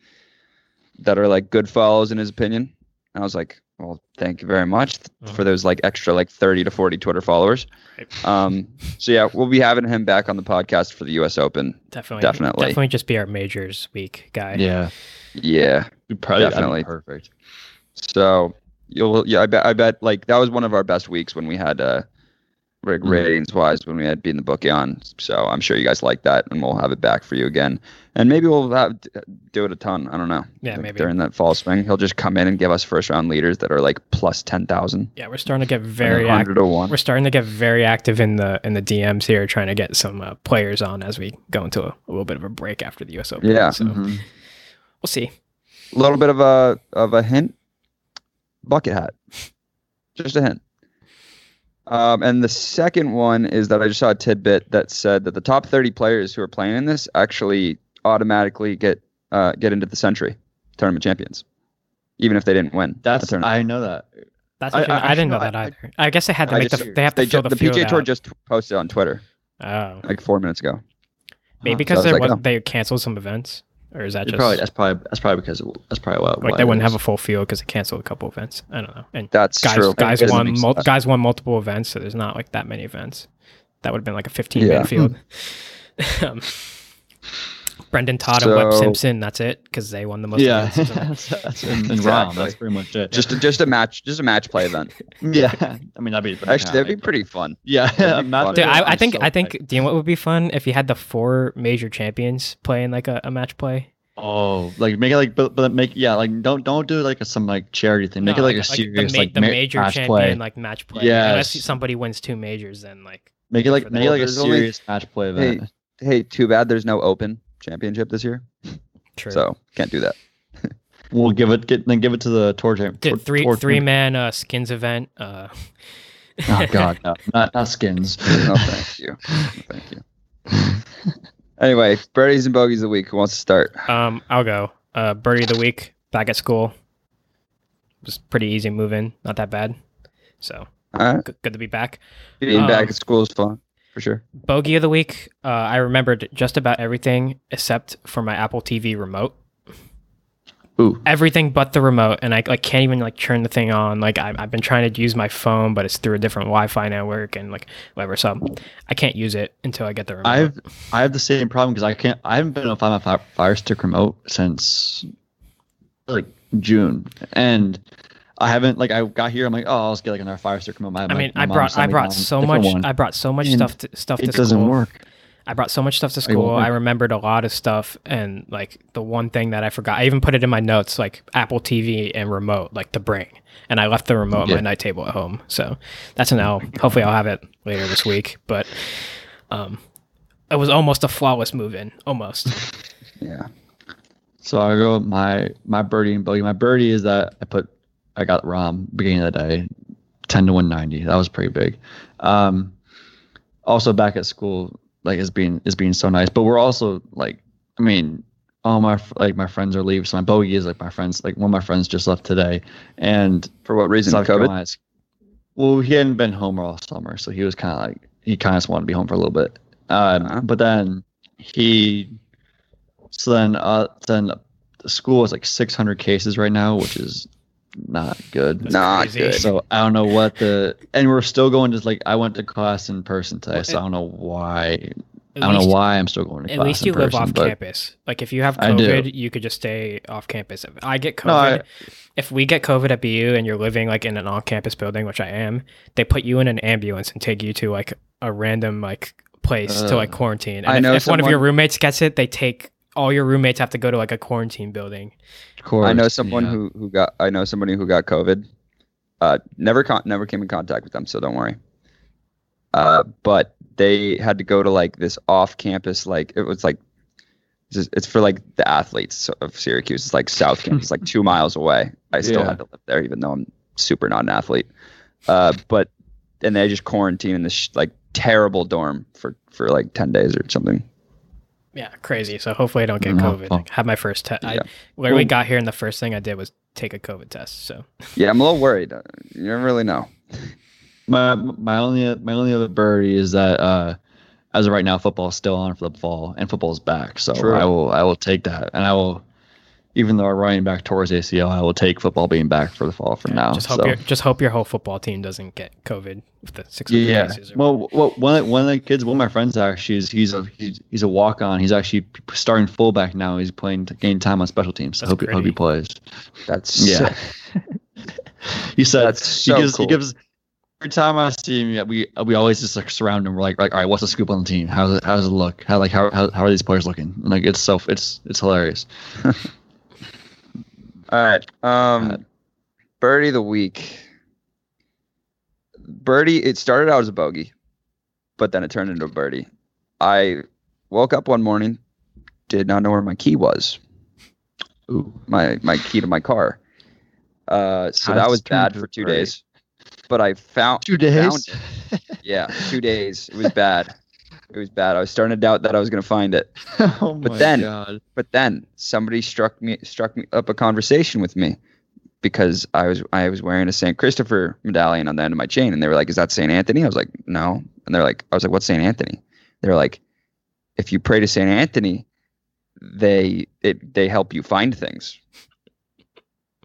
Speaker 1: that are like good follows in his opinion. And I was like, well, thank you very much th- for those like extra like thirty to forty Twitter followers.
Speaker 3: Right.
Speaker 1: Um, so yeah, we'll be having him back on the podcast for the U.S. Open.
Speaker 3: Definitely,
Speaker 1: Definitely.
Speaker 3: definitely, just be our majors week guy.
Speaker 2: Yeah,
Speaker 1: Yeah.
Speaker 2: we probably that'd be
Speaker 1: Definitely.
Speaker 2: perfect.
Speaker 1: So you'll yeah, I bet I bet like that was one of our best weeks when we had uh like
Speaker 3: Mm-hmm.
Speaker 2: Mhm.
Speaker 1: ratings wise when we had beaten the bookie on. So I'm sure you guys like that and we'll have it back for you again. And maybe we'll have do it a ton. I don't know.
Speaker 3: Yeah,
Speaker 1: Like,
Speaker 3: maybe.
Speaker 1: during that fall swing. He'll just come in and give us first round leaders that are like plus ten thousand.
Speaker 3: Yeah, we're starting to get very active.
Speaker 1: hundred to one.
Speaker 3: We're starting to get very active in the in the DMs here, trying to get some uh, players on as we go into a, a little bit of a break after the US Open.
Speaker 1: Yeah. mm-hmm.
Speaker 3: so we'll see.
Speaker 1: A little bit of a of a hint. Bucket hat. Just a hint. Um, and the second one is that I just saw a tidbit that said that the top 30 players who are playing in this actually automatically get uh, get into the century tournament champions, even if they didn't win. the
Speaker 2: That's
Speaker 1: tournament.
Speaker 2: I know that.
Speaker 3: That's
Speaker 2: I-
Speaker 3: actually, I,
Speaker 2: I-
Speaker 3: didn't know
Speaker 2: actually,
Speaker 3: that
Speaker 2: no, I-
Speaker 3: either. I, guess they had to
Speaker 1: I
Speaker 3: make the
Speaker 1: just-
Speaker 3: they have to
Speaker 1: they
Speaker 3: fill
Speaker 1: ju-
Speaker 3: the, field
Speaker 1: PGA Tour
Speaker 3: out.
Speaker 1: just posted on Twitter
Speaker 3: oh,
Speaker 1: like four minutes ago.
Speaker 3: maybe
Speaker 1: so
Speaker 3: because
Speaker 1: I was
Speaker 3: there
Speaker 1: like,
Speaker 3: was,
Speaker 1: oh.
Speaker 3: they canceled some events, or is that
Speaker 2: You're
Speaker 3: just
Speaker 2: probably that's probably that's probably because that's probably why.
Speaker 3: like
Speaker 2: why
Speaker 3: they
Speaker 2: it
Speaker 3: wouldn't have
Speaker 2: is.
Speaker 3: a full field because they canceled a couple events? I don't know. And
Speaker 1: That's
Speaker 3: guys
Speaker 1: true.
Speaker 3: guys
Speaker 1: Doesn't
Speaker 3: won
Speaker 1: make
Speaker 3: mul-
Speaker 1: sense.
Speaker 3: guys won multiple events, so there's not like that many events. That would have been like a 15
Speaker 1: Yeah.
Speaker 3: man field. um, Brendan Todd and Webb
Speaker 1: So-
Speaker 3: Simpson. That's it because they won the most.
Speaker 2: yeah,
Speaker 3: events.
Speaker 2: that's, that's, and, and Rom,
Speaker 1: Exactly.
Speaker 2: that's pretty much it.
Speaker 1: Just a, just a match, just a match play event.
Speaker 2: yeah, I mean that'd be pretty
Speaker 1: Actually, that'd be
Speaker 2: iconic.
Speaker 1: pretty fun.
Speaker 2: Yeah,
Speaker 1: that'd be fun.
Speaker 2: imagine
Speaker 3: Dude,
Speaker 2: that would
Speaker 3: I, I
Speaker 2: be
Speaker 3: think
Speaker 2: so
Speaker 3: I think
Speaker 2: iconic.
Speaker 3: do you know what would be fun if you had the four major champions playing like a, a match play?
Speaker 2: Oh, like make it like but, but make yeah like don't don't do like a, some like charity thing. Make
Speaker 3: No,
Speaker 2: it like a
Speaker 3: the
Speaker 2: serious
Speaker 3: ma-
Speaker 2: like,
Speaker 3: the
Speaker 2: ma-
Speaker 3: major
Speaker 2: match
Speaker 3: champion
Speaker 2: play.
Speaker 3: like match play.
Speaker 2: Yes.
Speaker 3: Unless somebody wins two majors, then like
Speaker 2: make it
Speaker 3: for
Speaker 2: like
Speaker 3: the-
Speaker 2: make it like a
Speaker 1: There's only-
Speaker 2: serious match play event.
Speaker 1: hey, too bad there's no Open Championship this year,
Speaker 3: True.
Speaker 1: so can't do that.
Speaker 2: We'll give it get, then give it to the tour champ.
Speaker 3: Did
Speaker 2: Tour-
Speaker 3: three
Speaker 2: tour-
Speaker 3: three man uh, skins event. Uh,
Speaker 2: Oh God, no, not not skins.
Speaker 1: No, thank you, No, thank you. Anyway, birdies and bogeys of the week. Who wants to start?
Speaker 3: um, I'll go. Uh, birdie of the week back at school. Was pretty easy move in, not that bad. So
Speaker 1: All right,
Speaker 3: good, good to be back.
Speaker 1: being
Speaker 3: Um,
Speaker 1: back at school is fun for sure.
Speaker 3: Bogey of the week. Uh, I remembered just about everything except for my Apple TV remote.
Speaker 2: Ooh.
Speaker 3: Everything but the remote, and I like can't even like turn the thing on. Like I, I've been trying to use my phone, but it's through a different Wi-Fi network and like whatever. So I can't use it until I get the remote.
Speaker 2: I've I have the same problem because I can't. I haven't been on Find My Fire, Fire Stick remote since like June, and I haven't like I got here. I'm like, oh, I'll just get like another Fire Stick remote. My,
Speaker 3: I
Speaker 2: my-
Speaker 3: mean,
Speaker 2: my
Speaker 3: I
Speaker 2: mom
Speaker 3: brought
Speaker 2: sent
Speaker 3: I
Speaker 2: me
Speaker 3: brought
Speaker 2: down a
Speaker 3: so
Speaker 2: different
Speaker 3: much
Speaker 2: one.
Speaker 3: I brought so much
Speaker 2: And
Speaker 3: stuff to, stuff
Speaker 2: It
Speaker 3: to
Speaker 2: doesn't
Speaker 3: school.
Speaker 2: work.
Speaker 3: I brought so much stuff to
Speaker 2: won't
Speaker 3: school. I
Speaker 2: work.
Speaker 3: remembered a lot of stuff, and like the one thing that I forgot, I even put it in my notes, like Apple TV and remote, like to bring. And I left the remote on
Speaker 2: Yeah.
Speaker 3: my night table at home, so that's an L. Hopefully, I'll have it later this week. But um, it was almost a flawless move in, almost.
Speaker 1: Yeah,
Speaker 2: So I go with my my birdie and bogey. My birdie is that I put I got Rom beginning of the day, ten to one ninety. That was pretty big. Um, also back at school, like is being is being so nice. But we're also like, I mean, all my f- like my friends are leaving. So my bogey is like my friends. Like one of my friends just left today, and
Speaker 1: for what reason?
Speaker 2: South
Speaker 1: COVID.
Speaker 2: Carolina's- Well, he hadn't been home all summer, so he was kind of like he kind of just wanted to be home for a little bit. Um,
Speaker 1: Uh-huh.
Speaker 2: But then he, so then uh, then the school is like 600 cases right now, which is not good.
Speaker 3: That's
Speaker 1: Not
Speaker 3: crazy.
Speaker 1: good.
Speaker 2: So I don't know what the and we're still going to like I went to class in person today, so I don't know why I
Speaker 3: At
Speaker 2: don't
Speaker 3: least,
Speaker 2: know why I'm still going to
Speaker 3: At
Speaker 2: class
Speaker 3: least
Speaker 2: in
Speaker 3: you live
Speaker 2: person,
Speaker 3: off
Speaker 2: but-
Speaker 3: campus. Like if you have
Speaker 2: I do.
Speaker 3: COVID, you could just stay off campus. If I get COVID,
Speaker 2: No, I-
Speaker 3: if we get COVID at BU and you're living like in an on-campus building, which I am, they put you in an ambulance and take you to like a random like place to like
Speaker 2: Ugh.
Speaker 3: quarantine. And
Speaker 1: I
Speaker 3: if,
Speaker 1: know
Speaker 3: if one of your
Speaker 1: someone-
Speaker 3: roommates gets it, they take all your roommates have to go to like a quarantine building.
Speaker 2: Of course,
Speaker 1: I know someone
Speaker 2: yeah.
Speaker 1: who, who got I know somebody who got COVID. Uh, never con- never came in contact with them, so don't worry. Uh, but they had to go to like this off campus like it was like it's just- it's for like the athletes of Syracuse. It's like South Campus, like two miles away. I still
Speaker 2: Yeah.
Speaker 1: had to live there, even though I'm super not an athlete. Uh, but and they just quarantined in this sh- like terrible dorm for for like ten days or something.
Speaker 3: Yeah, crazy. So hopefully I don't get
Speaker 2: No.
Speaker 3: COVID. Like, have my first test. I
Speaker 1: Yeah.
Speaker 3: literally
Speaker 1: Well-
Speaker 3: got here and the first thing I did was take a COVID test. So
Speaker 1: Yeah, I'm a little worried. Uh, You don't really know.
Speaker 2: My my only my only other birdie is that uh, as of right now, football's still on for the fall, and football's back. So
Speaker 1: True.
Speaker 2: I will I will take that, and I will, even though our running back towards ACL, I will take football being back for the fall for
Speaker 3: yeah,
Speaker 2: now.
Speaker 3: just hope
Speaker 2: so
Speaker 3: your just hope your whole football team doesn't get COVID with the six hundred
Speaker 2: yeah,
Speaker 3: cases. Or,
Speaker 2: well, well, one of- one of the kids, one of my friends actually is he's a he's, he's a walk on. He's actually starting fullback now. He's playing to gain time on special teams. So hope
Speaker 3: That's
Speaker 2: he, hope he
Speaker 3: gritty.
Speaker 2: plays.
Speaker 1: That's
Speaker 2: Yeah. he said
Speaker 1: That's so
Speaker 2: he gives
Speaker 1: Oh, cool.
Speaker 2: he gives every time I see him, yeah, we we always just like surround him. We're like like all right, what's the scoop on the team? How's it how's it look? How like how how, how are these players looking? And, like it's so it's it's hilarious.
Speaker 1: All right. Um,
Speaker 2: Alright.
Speaker 1: birdie of the week. Birdie. It started out as a bogey, but then it turned into a birdie. I woke up one morning, did not know where my key was.
Speaker 2: Ooh.
Speaker 1: My my key to my car. Uh, so that
Speaker 2: How's
Speaker 1: was
Speaker 2: it turned
Speaker 1: bad
Speaker 2: into
Speaker 1: for
Speaker 2: a
Speaker 1: two
Speaker 2: birdie?
Speaker 1: days. But I found
Speaker 2: Two
Speaker 1: days?
Speaker 2: days.
Speaker 1: yeah, two days. It was bad. It was bad. I was starting to doubt that I was going to find it.
Speaker 2: oh my
Speaker 1: But then-
Speaker 2: god.
Speaker 1: But then somebody struck me struck me up a conversation with me because I was I was wearing a St. Christopher medallion on the end of my chain and they were like, Is that St. Anthony? I was like, No. And they're like, I was like, What's St. Anthony? They were like, If you pray to St. Anthony, they it they help you find things.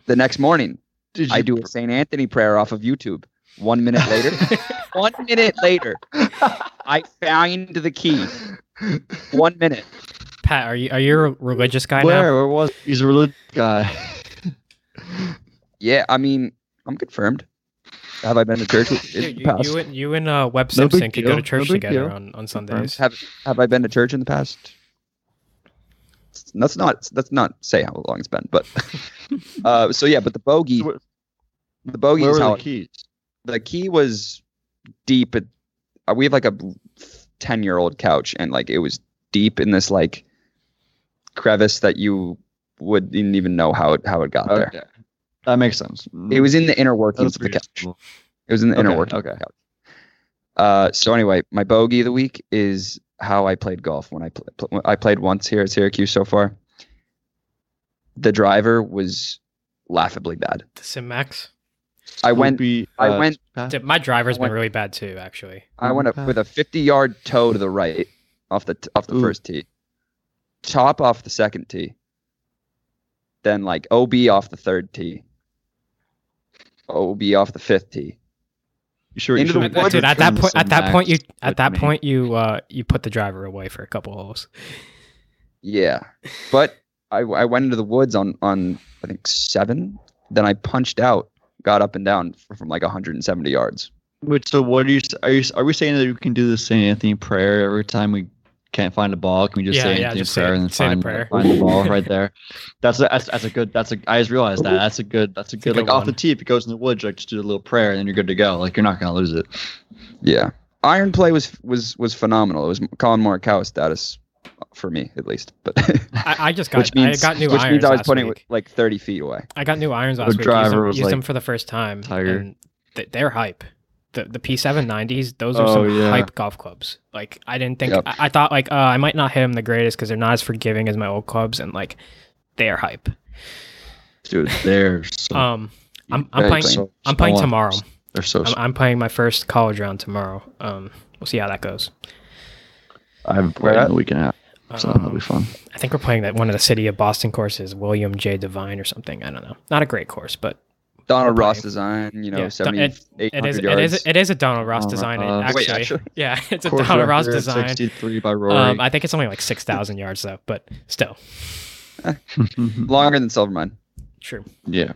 Speaker 1: The next morning,
Speaker 2: Did
Speaker 1: I do a St. Anthony prayer off of YouTube. One minute later, one minute later, I find the key. One minute.
Speaker 3: Pat, are you are you a religious guy now?
Speaker 2: Where where was he's a religious guy.
Speaker 1: Yeah, I mean, I'm confirmed. Have I been to church with- in
Speaker 3: Dude,
Speaker 1: the
Speaker 3: you,
Speaker 1: past?
Speaker 3: you and you and uh, Webb
Speaker 2: No big
Speaker 3: Simpson could go
Speaker 2: deal.
Speaker 3: to church
Speaker 2: No big
Speaker 3: together
Speaker 2: deal.
Speaker 3: on, on Sundays.
Speaker 1: have Have I been to church in the past? That's not. That's not say how long it's been, but uh, so yeah. But the bogey,
Speaker 2: Where-
Speaker 1: the bogey
Speaker 2: Where
Speaker 1: is
Speaker 2: were
Speaker 1: how
Speaker 2: the
Speaker 1: I-
Speaker 2: keys?
Speaker 1: the key was deep. At, uh, we have like a ten year old couch, and like it was deep in this like crevice that you wouldn't even know how it how it got there.
Speaker 2: Okay. That makes sense.
Speaker 1: It was in the inner workings
Speaker 2: That's
Speaker 1: of the
Speaker 2: pretty
Speaker 1: couch. It was in the inner
Speaker 2: Okay,
Speaker 1: workings.
Speaker 2: okay.
Speaker 1: of the couch. Uh, so anyway, my bogey of the week is how I played golf when I pl- pl- when I played once here at Syracuse so far. The driver was laughably bad.
Speaker 3: The Sim Max.
Speaker 1: I went.
Speaker 2: Spoopy,
Speaker 1: I
Speaker 2: uh,
Speaker 1: went-
Speaker 2: path.
Speaker 3: Dude, my driver's been
Speaker 1: Went-
Speaker 3: really bad too, actually.
Speaker 1: I went up with a 50 yard toe to the right off the t- off the
Speaker 2: Ooh.
Speaker 1: first tee, top off the second tee, then like OB off the third tee, OB off the fifth tee.
Speaker 2: You sure? you
Speaker 1: into the woods.
Speaker 2: should have
Speaker 3: Dude, at
Speaker 2: returned
Speaker 3: that
Speaker 2: the
Speaker 3: point, at
Speaker 2: Sim
Speaker 3: that point, you
Speaker 2: Max
Speaker 3: at
Speaker 2: with
Speaker 3: that
Speaker 2: me.
Speaker 3: point you uh you put the driver away for a couple holes.
Speaker 1: Yeah, but I, I went into the woods on on I think seven. Then I punched out, got up and down f- from like 170 yards.
Speaker 2: Wait, so what are you? Are you? Are we saying that we can do the Saint Anthony prayer every time we can't find a ball? Can we just
Speaker 3: Yeah,
Speaker 2: say
Speaker 3: yeah,
Speaker 2: Anthony
Speaker 3: just say
Speaker 2: prayer
Speaker 3: it-
Speaker 2: and then
Speaker 3: say the
Speaker 2: find,
Speaker 3: prayer.
Speaker 2: find the ball right there? That's a, that's that's a good. That's a. I just realized that. That's a good. That's a
Speaker 3: a
Speaker 2: good.
Speaker 3: good
Speaker 2: like off the
Speaker 3: one.
Speaker 2: tee, if it goes in the woods, like just do a little prayer and then you're good to go. Like you're not gonna lose it.
Speaker 1: Yeah, iron play was was was phenomenal. It was Colin Morikawa status uh, for me at least, but.
Speaker 3: I, I just got I got new
Speaker 1: which
Speaker 3: irons
Speaker 1: means I was
Speaker 3: last
Speaker 1: putting
Speaker 3: week.
Speaker 1: it like 30 feet away.
Speaker 3: I got new irons last week. Used,
Speaker 2: driver
Speaker 3: them,
Speaker 2: was
Speaker 3: used
Speaker 2: like
Speaker 3: them for the first time.
Speaker 2: tiger.
Speaker 3: And th- they're hype. The the P790s, those are
Speaker 2: Oh,
Speaker 3: some
Speaker 2: yeah.
Speaker 3: hype golf clubs. Like I didn't think
Speaker 1: Yep.
Speaker 3: I, I thought like uh, I might not hit them the greatest because they're not as forgiving as my old clubs and like they are hype.
Speaker 2: Dude, they're so.
Speaker 3: Um, I'm
Speaker 1: Yeah,
Speaker 3: I'm playing
Speaker 1: so-
Speaker 3: I'm playing
Speaker 2: small.
Speaker 3: tomorrow.
Speaker 2: They're so.
Speaker 3: I'm, I'm playing my first college round tomorrow. Um, we'll see how that goes.
Speaker 2: I haven't
Speaker 1: Where
Speaker 2: played in
Speaker 1: at?
Speaker 2: the weekend out, so that'll be
Speaker 3: Um,
Speaker 2: fun.
Speaker 3: I think we're playing that one of the city of Boston courses, William J. Devine or something. I don't know. Not a great course, but
Speaker 1: Donald
Speaker 3: Okay.
Speaker 1: Ross design, you know,
Speaker 3: Yeah,
Speaker 1: seventy
Speaker 3: it-
Speaker 1: eight
Speaker 3: it is
Speaker 1: hundred
Speaker 3: it
Speaker 1: yards.
Speaker 3: is it is a Donald Ross
Speaker 2: Donald
Speaker 3: design.
Speaker 2: Ross.
Speaker 3: Actually.
Speaker 1: Wait, actually?
Speaker 3: yeah, it's a
Speaker 2: Course
Speaker 3: Donald Ross
Speaker 2: record at
Speaker 3: design.
Speaker 2: 63 by Rory.
Speaker 3: Um, I think it's only like six thousand yards though, but still
Speaker 2: Mm-hmm.
Speaker 1: Longer than Silvermine.
Speaker 3: true.
Speaker 2: yeah.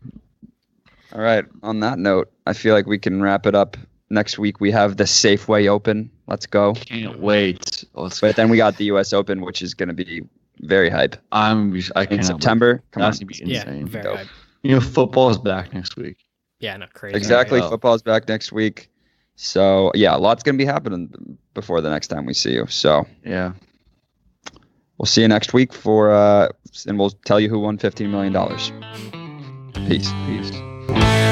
Speaker 1: All right. On that note, I feel like we can wrap it up. Next week we have the Safeway Open. Let's go.
Speaker 2: Can't wait. Let's
Speaker 1: But then we got the U.S. Open, which is going to be very hype
Speaker 2: I'm. I
Speaker 1: in
Speaker 2: can't.
Speaker 1: September. Come on.
Speaker 2: That's gonna be
Speaker 3: Yeah,
Speaker 2: insane.
Speaker 3: very
Speaker 1: Dope.
Speaker 3: hype.
Speaker 2: you know, football's back next week.
Speaker 3: Yeah, no crazy.
Speaker 1: Exactly.
Speaker 2: Yeah.
Speaker 1: Football's back next week. So yeah, a lot's going to be happening before the next time we see you. So
Speaker 2: Yeah.
Speaker 1: we'll see you next week for, uh, and we'll tell you who won fifteen million dollars. Peace.
Speaker 2: Peace.